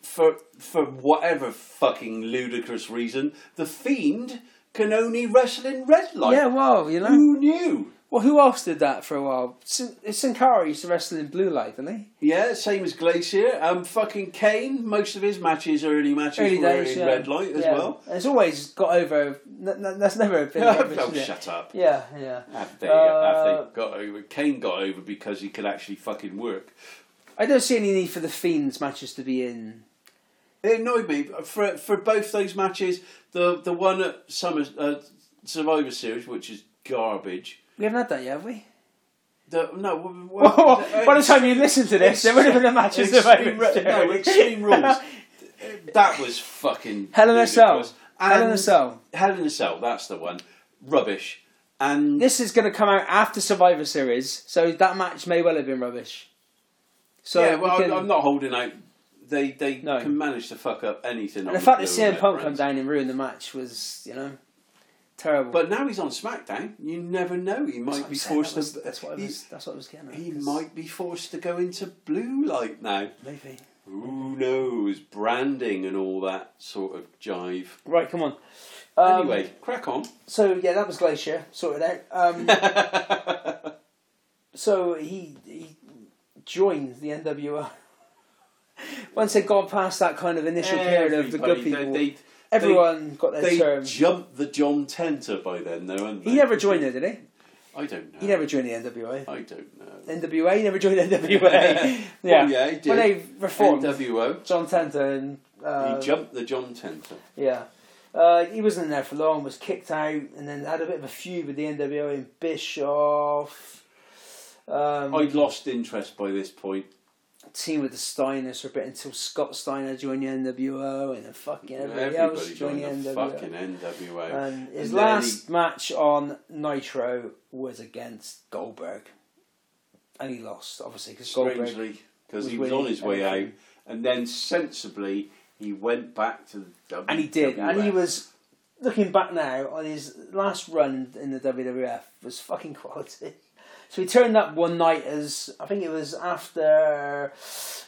for for whatever fucking ludicrous reason, the fiend can only wrestle in red light. Yeah, well, you know. Who knew? Well, who else did that for a while? Sin, Sin Cara used to wrestle in blue light, didn't he? Yeah, same as Glacier. Um, fucking Kane. Most of his matches, early matches, Early were days, in yeah. red light as Yeah. well. It's always got over. N- n- that's never been. rubbish, oh, is it? shut up. Yeah, yeah. Have they, Uh, have they got over? Kane got over because he could actually fucking work. I don't see any need for the Fiends matches to be in. It annoyed me for for both those matches. The the one at Summer uh, Survivor Series, which is garbage. We haven't had that yet, have we? The, no, w- w- By the time you listen to this, there would have been a match as Extreme the Ru- no, Extreme Rules. that was fucking Hell in a Cell. ridiculous. Hell in a And- Cell. Hell in a Cell. That's the one. Rubbish. And This is going to come out after Survivor Series, so that match may well have been rubbish. So yeah, well, uh, we I'm, can- I'm not holding out. They they No. can manage to fuck up anything. and the fact that CM Punk come down and ruin the match was, you know, terrible. But now he's on SmackDown. You never know. He That's what might I'm be saying, forced that was- to. That's what I he- was. That's what I was getting. At, He 'cause might be forced to go into blue light now. maybe. Who knows? Branding and all that sort of jive. Right, come on. Um, anyway, crack on. so yeah, that was Glacier sorted out. Um, so he he joined the NWO. Once they'd gone past that kind of initial period of the good Everybody, people, They, they, everyone got their they turn. jumped the John Tenter by then, though, haven't they? He never joined there, did he? I don't know. He never joined the NWA. I don't know. NWA he never joined NWA. yeah, Well, Oh, yeah, he did. when they reformed, NWO. John Tenter and uh, Mm-hmm. he jumped the John Tenter. Yeah. Uh, he wasn't in there for long, was kicked out, and then had a bit of a feud with the NWO in Bischoff. Um, I'd lost interest by this point. team with the Steiners for a bit until Scott Steiner joined the NWO, and then fucking everybody, else Everybody joined joined the the NWO. fucking NWO. and his And then last match on Nitro was against Goldberg. And he lost, obviously, because Goldberg. strangely because was he was winning on his way out, everything. and then sensibly he went back to the WWF. And he did. And he was, looking back now, on his last run in the WWF was fucking quality. So he turned up one night as I think it was after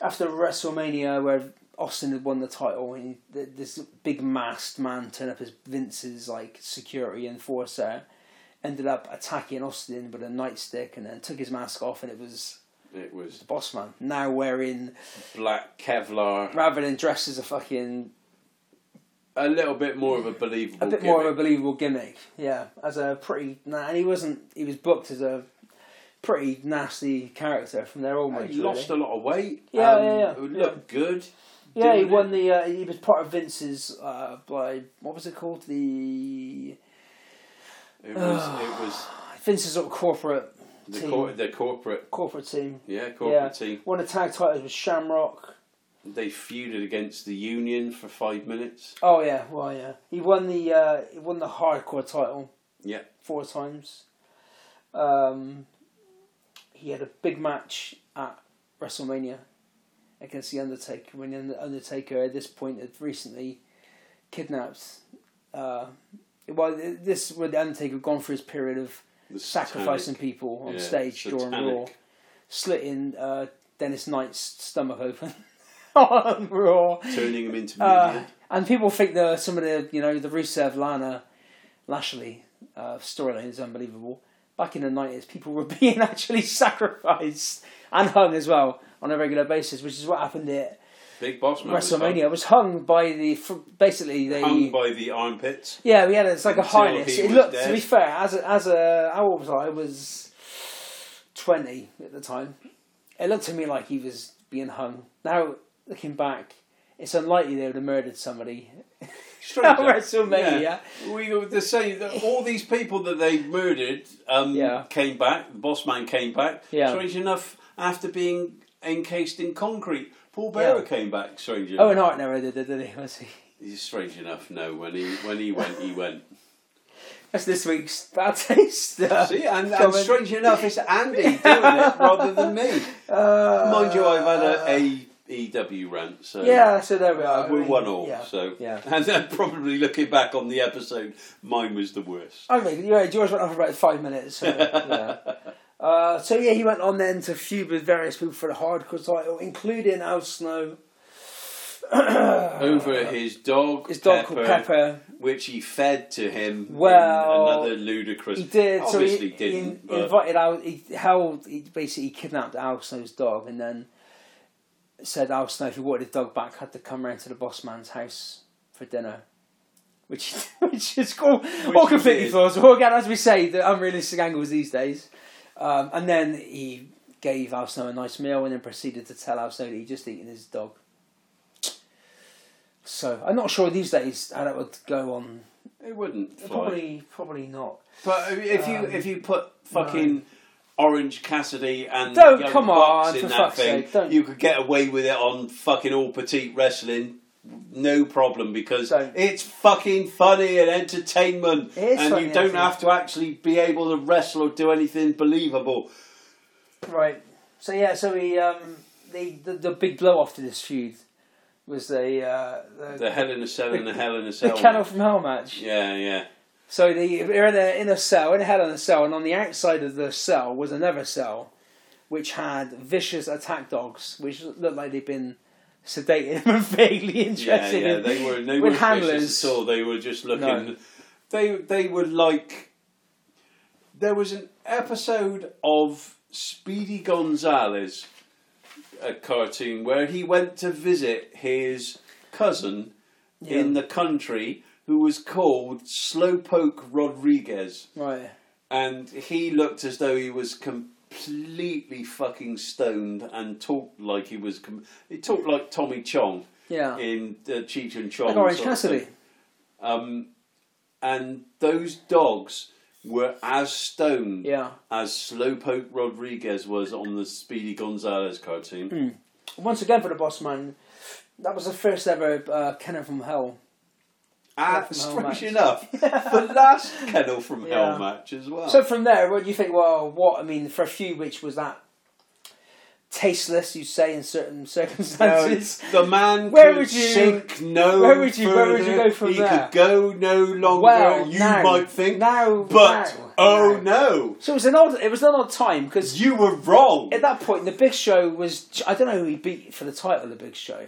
after WrestleMania where Austin had won the title and th- this big masked man turned up as Vince's like security enforcer, ended up attacking Austin with a nightstick and then took his mask off and it was It was boss man now wearing black Kevlar, rather than dressed as a fucking a little bit more of a a believable. bit more of a believable gimmick. Yeah, as a pretty. Nah, and he wasn't. He was booked as a pretty nasty character from their old match. He lost a lot of weight. Yeah, um, yeah, yeah. It looked good. Yeah, he doing won the. Uh, he was part of Vince's. Uh, by what was it called? The It was it was Vince's sort of corporate the Team. cor- the corporate corporate team. yeah corporate Yeah. team. Won the tag titles with Shamrock. They feuded against the union for five minutes. Oh yeah, well yeah. He won the. Uh, he won the hardcore title Yeah, four times. Um, he had a big match at WrestleMania against the Undertaker when the Undertaker at this point had recently kidnapped. Uh, well, this where the Undertaker had gone through his period of the sacrificing people on Yeah, stage during satanic. Raw, slitting uh, Dennis Knight's stomach open on Raw, satanic, turning them into uh, media. and people think the some of the you know the Rusev Lana Lashley uh, storyline is unbelievable. Back in the nineties, people were being actually sacrificed and hung as well on a regular basis, which is what happened at Big Boss Man was WrestleMania. It was hung by the fr- basically they hung by the armpits. yeah, we had it. It's like a Until harness. he It was looked, to dead. be fair, as a, as a how old was I? I was twenty at the time. It looked to me like he was being hung. Now looking back, it's unlikely they would have murdered somebody at WrestleMania. Yeah. We were the same. that All these people that they murdered um, Yeah. came back. The boss man came back. Yeah. Strange enough, after being encased in concrete, Paul Bearer Yeah. Oh, came back. Strange enough. Owen Hart never did it, did he? Was he? He's strange enough. No, when he when he went, he went. That's this week's bad taste. Uh, See, and, and comment. strange enough, it's Andy doing it rather than me. Uh, Mind you, I've had a, a EW rant, so yeah, so there we are. we We- won all. yeah. So yeah. and then probably looking back on the episode, mine was the worst. I mean, yeah, George went on for about five minutes. So, yeah. Uh, so yeah, he went on then to feud with various people for the hardcore title, including Al Snow, Over his dog, his dog called Pepper. which he fed to him. in Well, another ludicrous. He did. so he, obviously he didn't. in- but invited Al. He held. He basically kidnapped Al Snow's dog, and then said Al Snow, if he wanted the dog back, had to come round to the boss man's house for dinner. Which, which is cool. all he completely did. plausible. Again, as we say, the unrealistic angles these days. Um, and then he gave Al Snow a nice meal and then proceeded to tell Al Snow that he'd just eaten his dog. So I'm not sure these days how that would go on. it wouldn't. Fly. Probably, probably not. But if you Um, if you put fucking Orange Cassidy and Don't, Young come Bucks on, in for that fuck's thing, sake, don't. you could get away with it on fucking all petite wrestling. No problem because Don't. it's fucking funny and entertainment, It is and funny you and don't have to actually be able to wrestle or do anything believable. Right. So yeah, so he um the the, the big blow off to this feud was the uh the, The Hell in a Cell and the Hell in a the, Cell. Kennel from Hell match. Yeah, yeah. So the they're in a in a cell, in a hell in a cell, and on the outside of the cell was another cell which had vicious attack dogs, which looked like they'd been sedated and vaguely Yeah, interested yeah, in they were they with were handlers. handlers. at all. They were just looking. No. They they were like. There was an episode of Speedy Gonzales, a cartoon where he went to visit his cousin in the country, who was called Slowpoke Rodriguez, Right. and he looked as though he was completely fucking stoned and talked like he was. Com- he talked like Tommy Chong Yeah. in uh, Cheech and Chong. Like Orange sort of Cassidy. thing. Um, and those dogs were as stoned Yeah. as Slowpoke Rodriguez was on the Speedy Gonzales cartoon. Hmm. Once again for the boss man, that was the first ever uh, Kennel from Hell. Ah, from Hell strange match. enough, the last kennel from Yeah. Hell match as well. So from there, what do you think? Well, what I mean for a few, which was that tasteless, you say, in certain circumstances. the man Where could would you- sink no where would you- where would you further. go from he there? could go no longer well, you now, might think now, but now, oh now. no So it was an odd. It was an odd time because you were wrong at that point, the Big Show was. I don't know who he beat for the title. of The Big Show,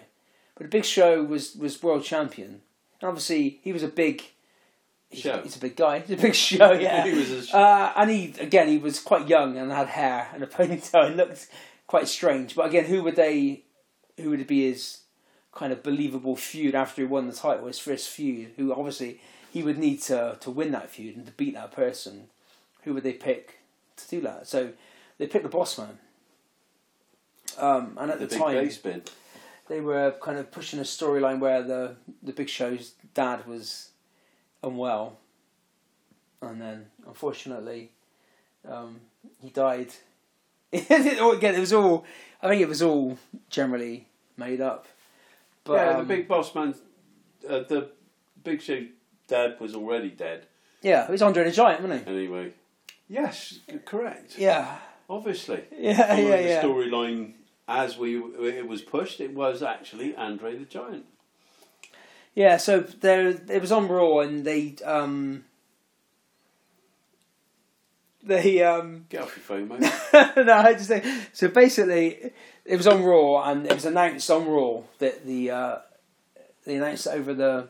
but the Big Show was was world champion, and obviously he was a big. He's, Show. he's a big guy. He's a big show. Yeah, He was a- uh, and he again, he was quite young and had hair and a ponytail. It looked quite strange. But again, who would they? Who would be his kind of believable feud after he won the title? His first feud. Who obviously he would need to to win that feud and to beat that person. Who would they pick to do that? So They picked the boss man. Um, and at the the, big time, bass bin. they were kind of pushing a storyline where the the big show's dad was unwell, and then unfortunately, um, he died. All Again, it was all. I think it was all generally made up. But, yeah, um, the big boss man, uh, the big show dad was already dead yeah, it was Andre the Giant, wasn't anyway. Yes, c- correct. he? Yeah, Obviously, yeah, Following yeah, yeah. the storyline as we it was pushed, it was actually Andre the Giant. Yeah, so there it was on Raw, and they um, they um, Get off your phone, mate. no, I just think so. Basically, it was on Raw, and it was announced on Raw that the uh, they announced over the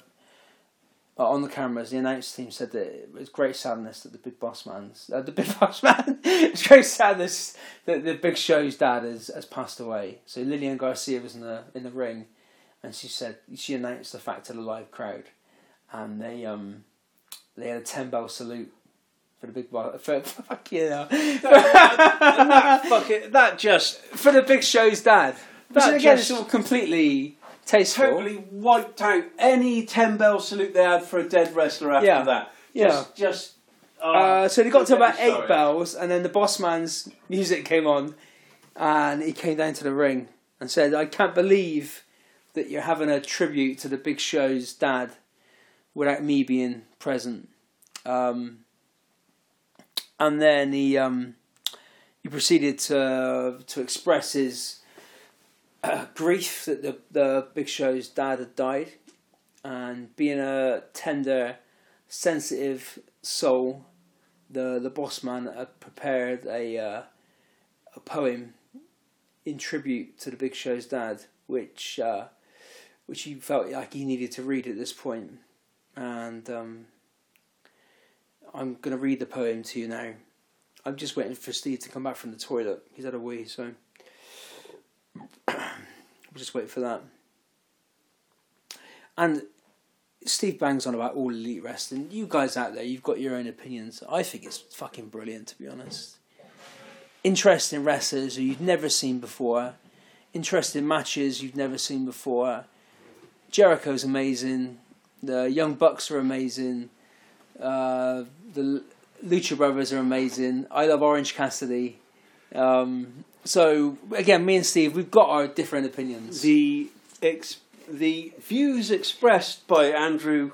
uh, on the cameras. The announce team said that it was great sadness that the Big Boss Man's uh, the Big Boss Man. it's great sadness that the Big Show's dad has, has passed away. So Lillian Garcia was in the in the ring, and she said she announced the fact to the live crowd, and they um they had a ten bell salute. For the big boss, for, for fuck you know, Fuck it, that just for the big show's dad. But That again, just- it's all completely tasteful. totally wiped out any ten bell salute they had for a dead wrestler after Yeah. that. Yeah. Just, just oh, Uh, so they got to about sorry. eight bells, and then the boss man's music came on, and he came down to the ring and said, "I can't believe that you're having a tribute to the Big Show's dad without me being present." Um, and then he um, he proceeded to to express his uh, grief that the the Big Show's dad had died, and being a tender, sensitive soul, the the boss man had prepared a uh, a poem in tribute to the Big Show's dad, which uh, which he felt like he needed to read at this point, and. Um, I'm going to read the poem to you now. I'm just waiting for Steve to come back from the toilet. He's had a wee, so we'll just wait for that. And Steve bangs on about all elite wrestling. You guys out there, you've got your own opinions. I think it's fucking brilliant, to be honest. Interesting wrestlers who you've never seen before, interesting matches you've never seen before. Jericho's amazing. The Young Bucks are amazing. Uh, the Lucha Brothers are amazing. I love Orange Cassidy. Um, so again, me and Steve, we've got our different opinions. the ex- the views expressed by Andrew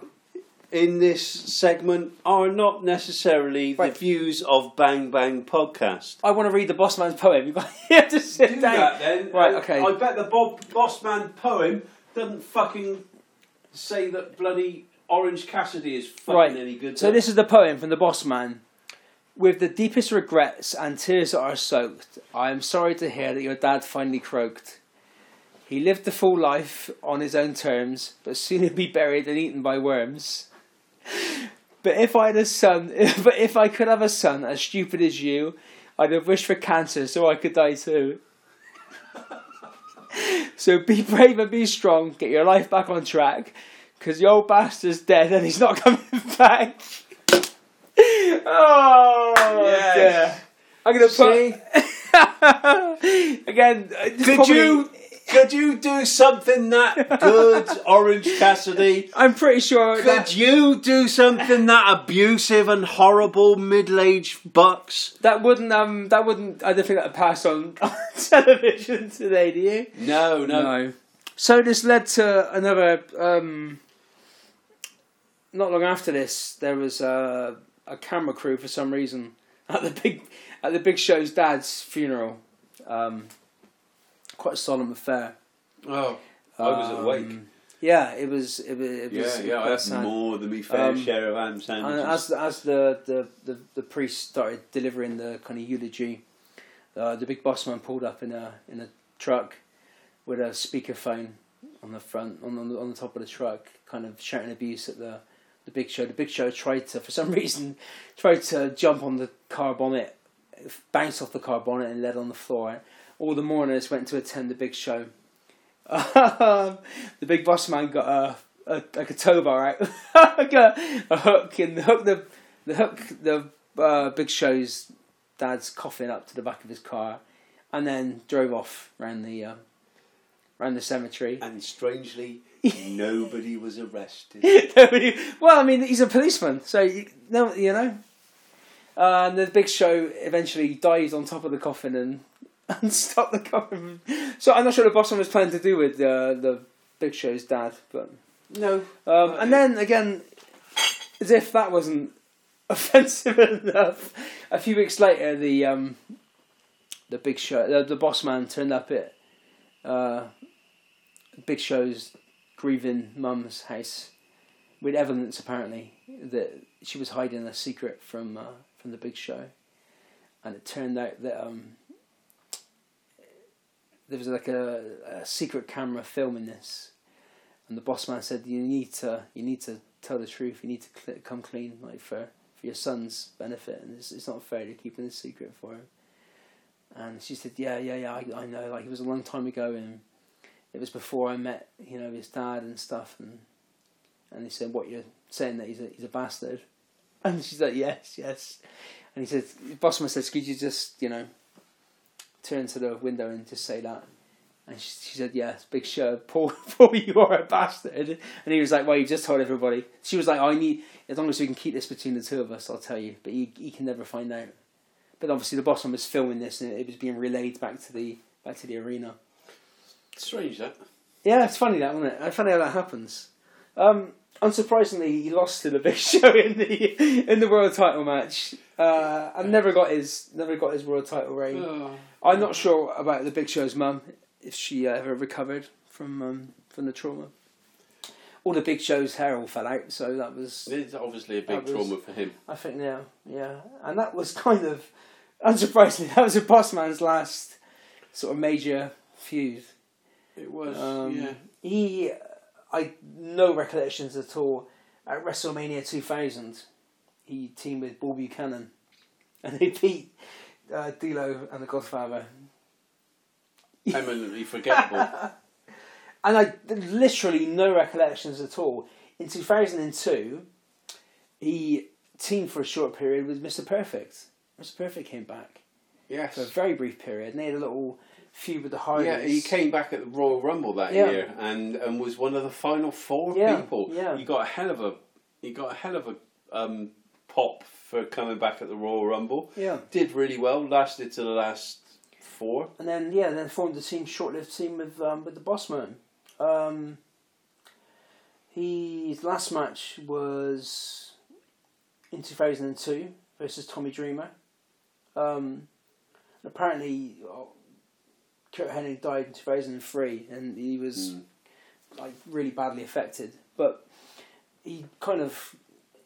in this segment are not necessarily Right. the views of Bang Bang Podcast. I want to read the Boss Man's poem. You've got you have to sit Do down. that then. Right, And okay. I bet the Bob Bossman poem doesn't fucking say that bloody Orange Cassidy is fucking Right. any good. So this is the poem from the boss man. With the deepest regrets and tears that are soaked, I am sorry to hear that your dad finally croaked. He lived the full life on his own terms, but soon he'd be buried and eaten by worms. But if I had a son, but if I could have a son as stupid as you, I'd have wished for cancer so I could die too. so be brave and be strong. Get your life back on track, because your old bastard's dead and he's not coming back. oh Yes. yeah. I'm gonna See? put again. uh, could probably- you could you do something that good, Orange Cassidy? I'm pretty sure. that- Could you do something that abusive and horrible middle-aged bucks? That wouldn't um that wouldn't I don't think that'd pass on, on television today, do you? No, no, So this led to another um not long after this there was uh, a camera crew for some reason at the big at the big show's dad's funeral. Um quite a solemn affair. Oh, I was awake. Um, Yeah, it was it was, it Yeah, was yeah, I quite had sad. more than me fair Um, share of ham And sandwiches. as as the, the, the, the priest started delivering the kind of eulogy, uh, the big boss man pulled up in a in a truck with a speakerphone on the front on on the, on the top of the truck, kind of shouting abuse at the the big show. The big show tried to for some reason tried to jump on the car bonnet, bounced off the car bonnet and led on the floor. All the mourners went to attend the big show. Um, the big boss man got a, a like a tow bar out, like a, a hook, and the hook the the hook the uh, big show's dad's coffin up to the back of his car, and then drove off round the uh, round the cemetery. And strangely, nobody was arrested. Nobody- well, I mean, he's a policeman, so you, no, you know. Uh, and the big show eventually dives on top of the coffin and, and stopped the coffin. So I'm not sure the boss man was planning to do with uh, the big show's dad, but No. um, and then again, as if that wasn't offensive enough, a few weeks later, the um, the big show, the, the boss man turned up at uh, Big Show's grieving mum's house with evidence apparently that she was hiding a secret from uh, from the Big Show, and it turned out that. Um, there was like a, a secret camera filming this, and the boss man said, "You need to, you need to tell the truth. You need to cl- come clean, like for, for your son's benefit, and it's, it's not fair you're keeping this secret for him." And she said, "Yeah, yeah, yeah. I, I know. Like it was a long time ago, and it was before I met, you know, his dad and stuff." And and he said, "What you're saying that he's a he's a bastard?" And she's like, "Yes, yes." And he said, the "Boss man says, could you just, you know, turn to the window and just say that?" And she, she said, "Yes, big show, Paul, Paul, you are a bastard." And he was like, "Well, you just told everybody." She was like, "I need as long as we can keep this between the two of us, I'll tell you." But he he can never find out. But obviously, the boss man was filming this, and it was being relayed back to the back to the arena. Strange that. Yeah, it's funny that, isn't it? It's funny how that happens. Um, unsurprisingly, he lost to the Big Show in the in the world title match, uh, and never got his never got his world title reign. Oh. I'm not sure about the Big Show's mum if she uh, ever recovered from um, from the trauma. All the Big Show's hair all fell out, so that was It's obviously a That big was- trauma for him. I think now, yeah, and that was kind of unsurprisingly that was a boss man's last sort of major feud. It was, Um, yeah. He, I no recollections at all. At WrestleMania 2000, he teamed with Bull Buchanan, and they beat uh, D'Lo and the Godfather. Eminently forgettable. And I literally no recollections at all. In 2002, he teamed for a short period with Mr. Perfect. Mr. Perfect came back for a yes. very brief period, and they had a little feud with the Hardys. Yeah, he came back at the Royal Rumble that Yeah. year and, and was one of the final four Yeah, people. yeah. He got a hell of a he got a hell of a um, pop for coming back at the Royal Rumble. Yeah. Did really well, lasted to the last four. and then yeah, then formed the team short-lived team with um, with the boss man. Um, his last match was in two thousand and two versus Tommy Dreamer. Um, apparently, oh, Kurt Hennig died in two thousand and three, and he was Mm. like really badly affected. But he kind of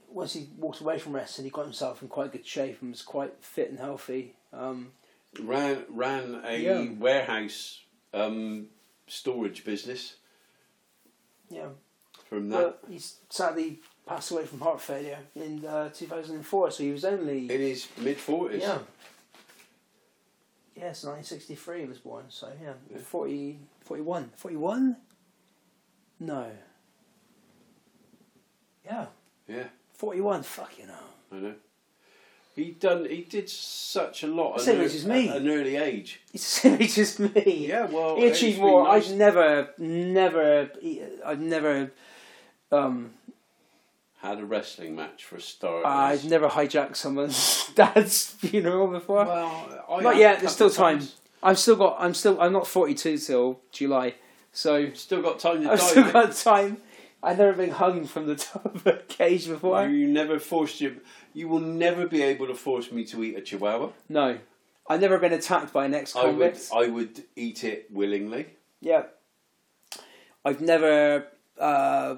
once he walked away from wrestling, he got himself in quite good shape and was quite fit and healthy. Um, Ran ran a Yeah. warehouse um, storage business yeah. from that. Well, he sadly passed away from heart failure in uh, 2004, so he was only. in his mid forties. yeah. Yes, 1963 he was born, so yeah. Yeah. 40, 41. 41? No. Yeah. Yeah. 41, fucking hell. I know. He done. He did such a lot. That's at an it, ear- which is me. At an early age. He's the same age as me. Yeah. Well, He it's achieved been more. nice- I'd never, never, I'd never, um, had a wrestling match for a start. I'd never hijacked someone's dad's funeral before. well, I Not have yet, Oh, a there's still couple time. times. I've still got. I'm still. I'm not 42 till July, so Still got time to I've die. still mate. got time. I've never been hung from the top of a cage before. You never forced you. You will never be able to force me to eat a chihuahua. No, I've never been attacked by an I would. ex-convict. I would eat it willingly. Yeah, I've never uh,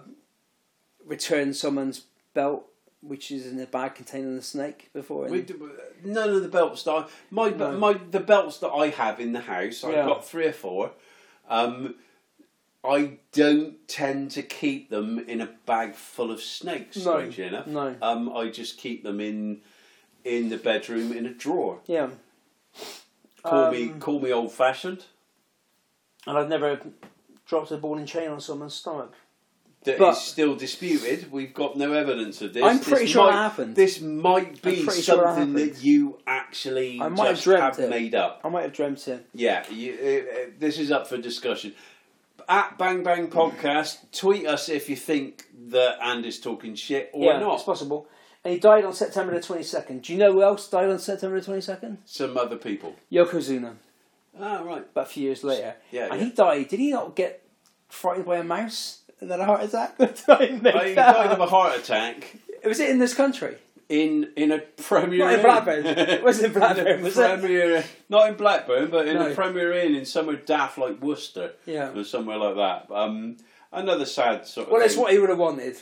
returned someone's belt, which is in a bag containing a snake before. We d- none of the belts that I, my No. my the belts that I have in the house. I've Yeah. got three or four. Um, I don't tend to keep them in a bag full of snakes. No, Strangely enough, no. Um, I just keep them in in the bedroom in a drawer. yeah, Call me Um, call me old fashioned. and I've never dropped a ball and chain on someone's stomach. that is But- still disputed. We've got no evidence of this. I'm This pretty sure it might- happened. This might be I'm pretty something sure it happened. that you actually I might have just dreamt have it. made up. I might have dreamt it. Yeah, you, uh, uh, this is up for discussion. At Bang Bang Podcast, tweet us if you think that Andy's talking shit or yeah, it's not. possible. And he died on September the 22nd. Do you know who else died on September the 22nd? Some other people. Yokozuna, Ah, right. about a few years later. Yeah, and yeah. he died. Did he not get frightened by a mouse and then a heart attack? Did I make He that died of a up? heart attack Was it in this country? in in a Premier Not in Inn. Blackburn. It wasn't in Blackburn, was it? Premier, Not in Blackburn, but in No. a Premier Inn in somewhere daft like Worcester Yeah. or somewhere like that. Um, another sad sort of Well, that's thing. what he would have wanted.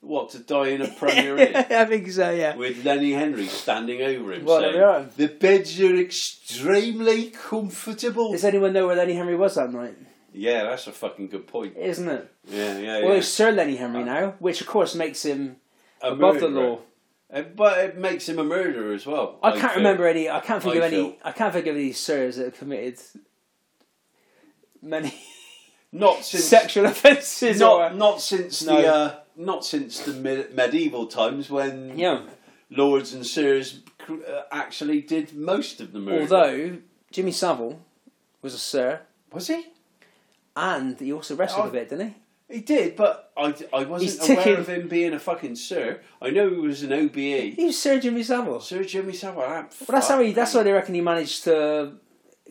What, to die in a Premier Inn? I think so, yeah. with Lenny Henry standing over him. Well, there we are. saying, The beds are extremely comfortable. Does anyone know where Lenny Henry was that night? yeah, that's a fucking good point. Isn't it? Yeah, yeah, Well, yeah. Uh, it's Sir Lenny Henry now, which of course makes him A above the murderer. law. Uh, But it makes him a murderer as well. I can't feel. remember any. I can't think of I any. feel. I can't think of any sirs that have committed many Not since sexual offences or not, not since No. the uh, not since the me- medieval times when yeah. lords and sirs cr- uh, actually did most of the murder. Although Jimmy Savile was a sir, was he? and he also wrestled Oh. a bit, didn't he? He did, but I, I wasn't He's aware ticking. of him being a fucking sir. I know he was an OBE. He was Sir Jimmy Savile. Sir Jimmy Savile. Well, But that's how he. That's why they reckon he managed to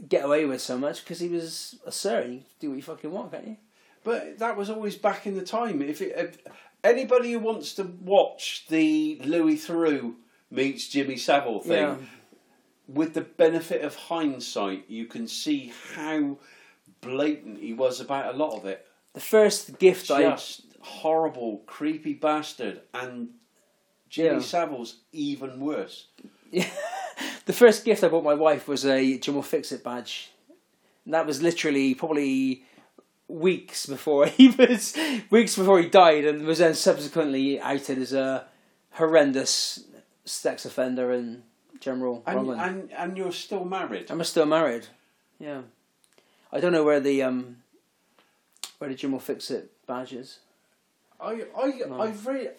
get away with so much because he was a sir. And you can do what you fucking want, can't you? But that was always back in the time. If, it, if anybody who wants to watch the Louis Theroux meets Jimmy Savile thing, Yeah. with the benefit of hindsight, you can see how blatant he was about a lot of it. The first gift I Just horrible, creepy bastard, and Jimmy Yeah. Savile's even worse. The first gift I bought my wife was a Jim will fix it badge. And that was literally probably weeks before he was weeks before he died and was then subsequently outed as a horrendous sex offender and general And, Roman. and and you're still married. I'm still married. Yeah. I don't know where the um where the Jim will fix it badge is. I I I've read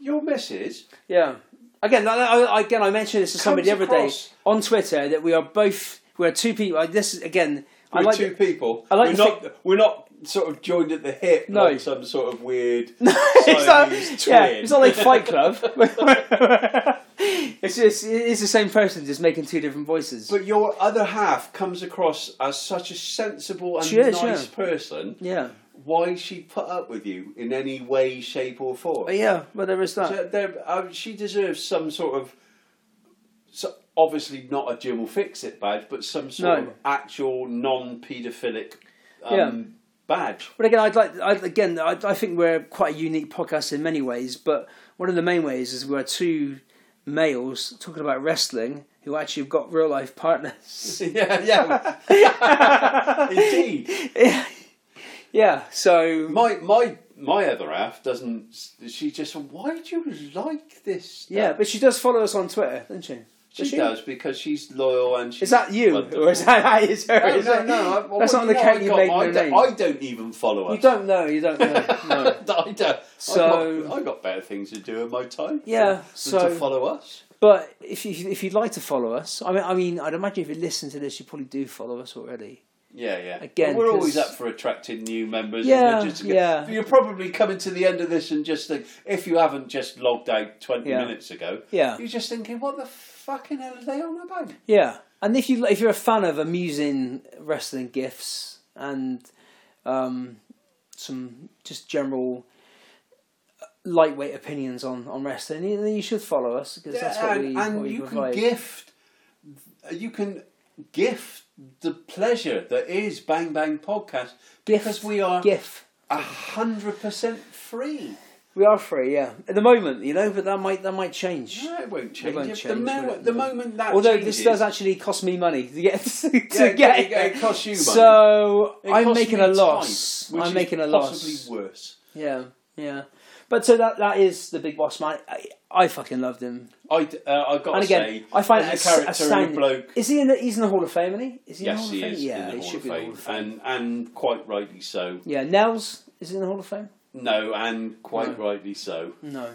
your missus Yeah. Again, I, I, again, I mentioned this to somebody the Comes other day across- on Twitter that we are both we are two people. This is again. I We're like two people. I like to we're not. We're not sort of joined at the hip. No. like some sort of weird. it's not, Siamese yeah, twin. it's not like Fight Club. it's just it's the same person just making two different voices. But your other half comes across as such a sensible and She is, nice yeah. person. yeah, Why she put up with you in any way, shape, or form? but yeah, well there is that. So there- uh, she deserves some sort of. So obviously not a Jim will fix it badge, but some sort No. of actual non-paedophilic um, Yeah. badge. But again, I'd like I'd, again, I, I think we're quite a unique podcast in many ways. But one of the main ways is we're two males talking about wrestling who actually have got real life partners. yeah, yeah. Indeed. yeah, so My my my other half doesn't. She just. Why do you like this? Stuff? yeah, but she does follow us on Twitter, doesn't she? she, does because she's loyal and she's. Is that you, wonderful. or is that, that is her? No, is no, it? no. I- well, That's you not on the know, account I you got made. mine. No I don't- name. I don't even follow us. You don't know. You don't know. No. I don't. So- So I got better things to do in my time. Yeah, than- than so- to follow us. But if you, if you'd like to follow us, I mean, I mean, I'd imagine if you listen to this, you probably do follow us already. Yeah, yeah. Again, Well, we're always 'cause- up for attracting new members. Yeah, and just yeah. You're probably coming to the end of this and just think, if you haven't just logged out twenty Yeah. minutes ago, Yeah. you're just thinking, what the fucking hell are they on about? Yeah, and if you if you're a fan of amusing wrestling gifs and um, some just general uh, lightweight opinions on on wrestling, you- then you should follow us because that's what and, we and what we you provide. can gift you can gift the pleasure that is bang bang podcast because we are gif. a hundred percent free We are free, yeah. At the moment, you know, but that might that might change. no, it won't change, won't If change, the, mo- will it? the moment that Although changes, this does actually cost me money to get to it- get it- it costs you money. So it I'm costs making me a time, loss. which I'm is making a possibly loss. worse Yeah, yeah. But so that that is the big boss man. I, I fucking loved him. I, d- uh, I've got And to again, say, I find it as as, a character and a astounding. bloke, Is he in the? He's in the Hall of Fame, isn't he? Is he in the yes, Hall of he Fame? is yeah, in the he Hall should of be in the Fame, Hall of Fame. and and quite rightly so. Yeah, Nels Is he in the Hall of Fame? No, and quite No. rightly so. No.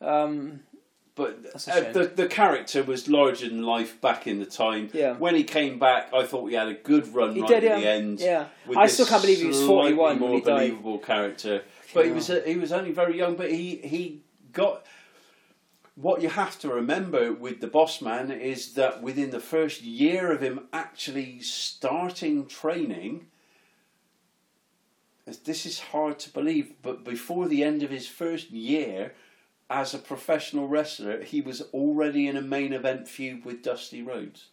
Um, But That's a uh, shame. the the character was larger than life back in the time. Yeah. When he came back, I thought he had a good run he right did, at yeah. the end. yeah. with I this still can't believe he was slightly 41 more when he died. believable character. But he Yeah. was uh, he was only very young. But he he got. What you have to remember with the boss man is that within the first year of him actually starting training, as this is hard to believe, but before the end of his first year as a professional wrestler, he was already in a main event feud with Dusty Rhodes.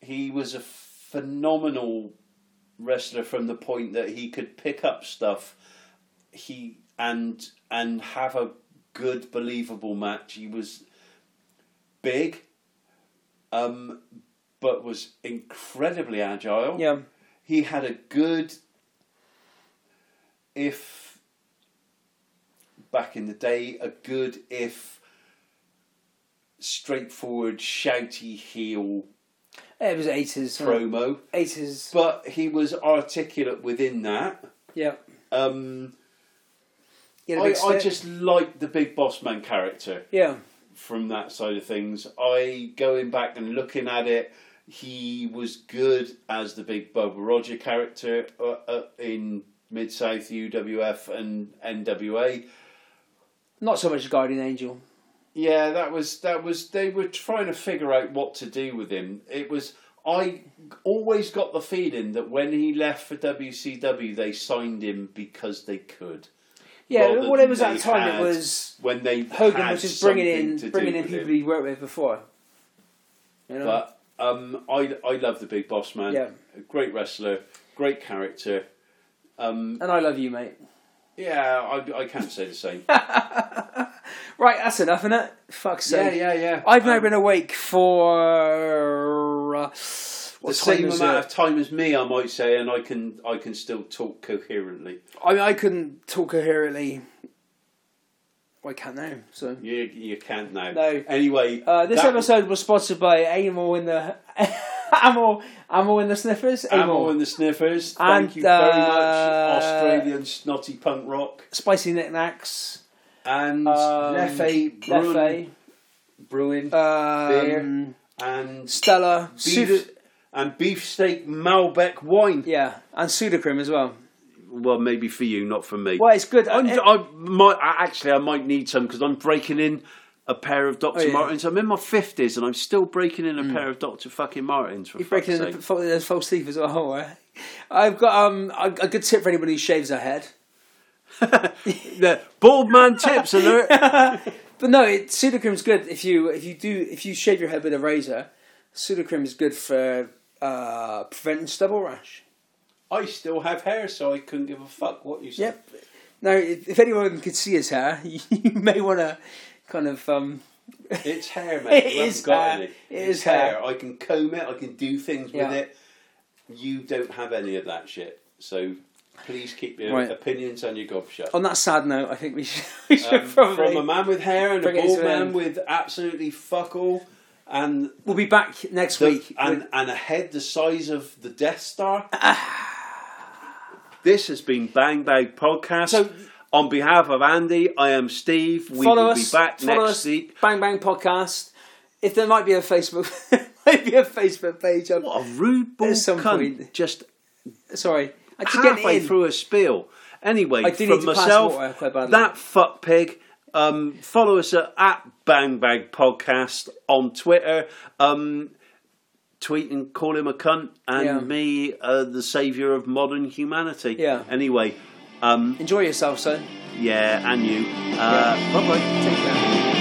He was a phenomenal wrestler from the point that he could pick up stuff he and and have a good believable match he was big um but was incredibly agile Yeah. he had a good if back in the day a good if straightforward shouty heel It was 80s. wasn't promo it? 80s. but he was articulate within that Yeah. um He I, had a big I stick. just like the big boss man character Yeah. from that side of things i going back and looking at it he was good as the big Bubba Roger character uh, uh, in Mid South UWF and NWA. Not so much Guardian Angel. Yeah, that was that was they were trying to figure out what to do with him. It was I always got the feeling that when he left for WCW, they signed him because they could. Yeah, Rather well, it was than that they time had it was when they Hogan had was just bringing something to in do bringing in with people him. he'd worked with before. You know? But um, I I love the Big Boss Man. Yeah. A great wrestler, great character. Um, and I love you, mate. yeah, I I can't say the same. Right, that's enough, innit? Fuck's yeah, sake. yeah, yeah. I've now Um, been awake for. Uh, the what time same is amount it? of time as uh, me, I might say, and I can I can still talk coherently. I mean, I couldn't talk coherently. Well, I can't now, so. You, you can't now. No. Anyway, Uh, this that- episode was sponsored by Amel in the. Amel, Amel in the Sniffers? Amel Amel. and the Sniffers. Thank And, you very uh, much, Australian snotty punk rock Spicy Knickknacks. and um, Uh, Leffe Brewing, Leffe. Brewing Um, and Stella. beef, Suda- and beefsteak Malbec wine. yeah, and Sudacrim as well. Well, maybe for you, not for me. Well, it's good. Eh, I'm, It- I might I- actually I might need some because I'm breaking in a pair of Dr. Oh, yeah. Hmm. Martens. I'm in my fifties and I'm still breaking in a pair of Dr. fucking Martens. For You're breaking fuck's in sake. the, fal- the false teeth as well. eh? I've got um a, a good tip for anybody who shaves their head. the bald man tips alert. But no, it, Sudocrim's good if you if you do if you shave your head with a razor. Sudocrim is good for uh, preventing stubble rash. I still have hair, so I couldn't give a fuck what you said. Yep. Now, if, if anyone could see his hair, you may want to kind of um It's hair, mate. It you is haven't got hair. any. It It's is hair. I can comb it. I can do things Yeah. with it. You don't have any of that shit. So please keep your Right. opinions on your gob shut. on that sad note, I think we should, we should Um, probably from a man with hair and a bring it to bald an man end. with absolutely fuck all, and we'll be back next the- week. and with- and a head the size of the Death Star. this has been Bang Bang Podcast. So- on behalf of Andy, I am Steve. We follow will us. be back follow next us, week. Bang Bang Podcast. If there might be a Facebook, might be a Facebook page. I'm- What a rude bald At some cunt! point. Just Sorry, I keep getting halfway it in. through a spiel. Anyway, I do from need to pass myself, water quite badly. that fuck pig. Um, follow us at, at Bang Bang Podcast on Twitter. Um, tweet and call him a cunt, and Yeah. me uh, the saviour of modern humanity. Yeah. Anyway, um, Enjoy yourself, son. yeah, and you. Uh, Bye bye. Take care.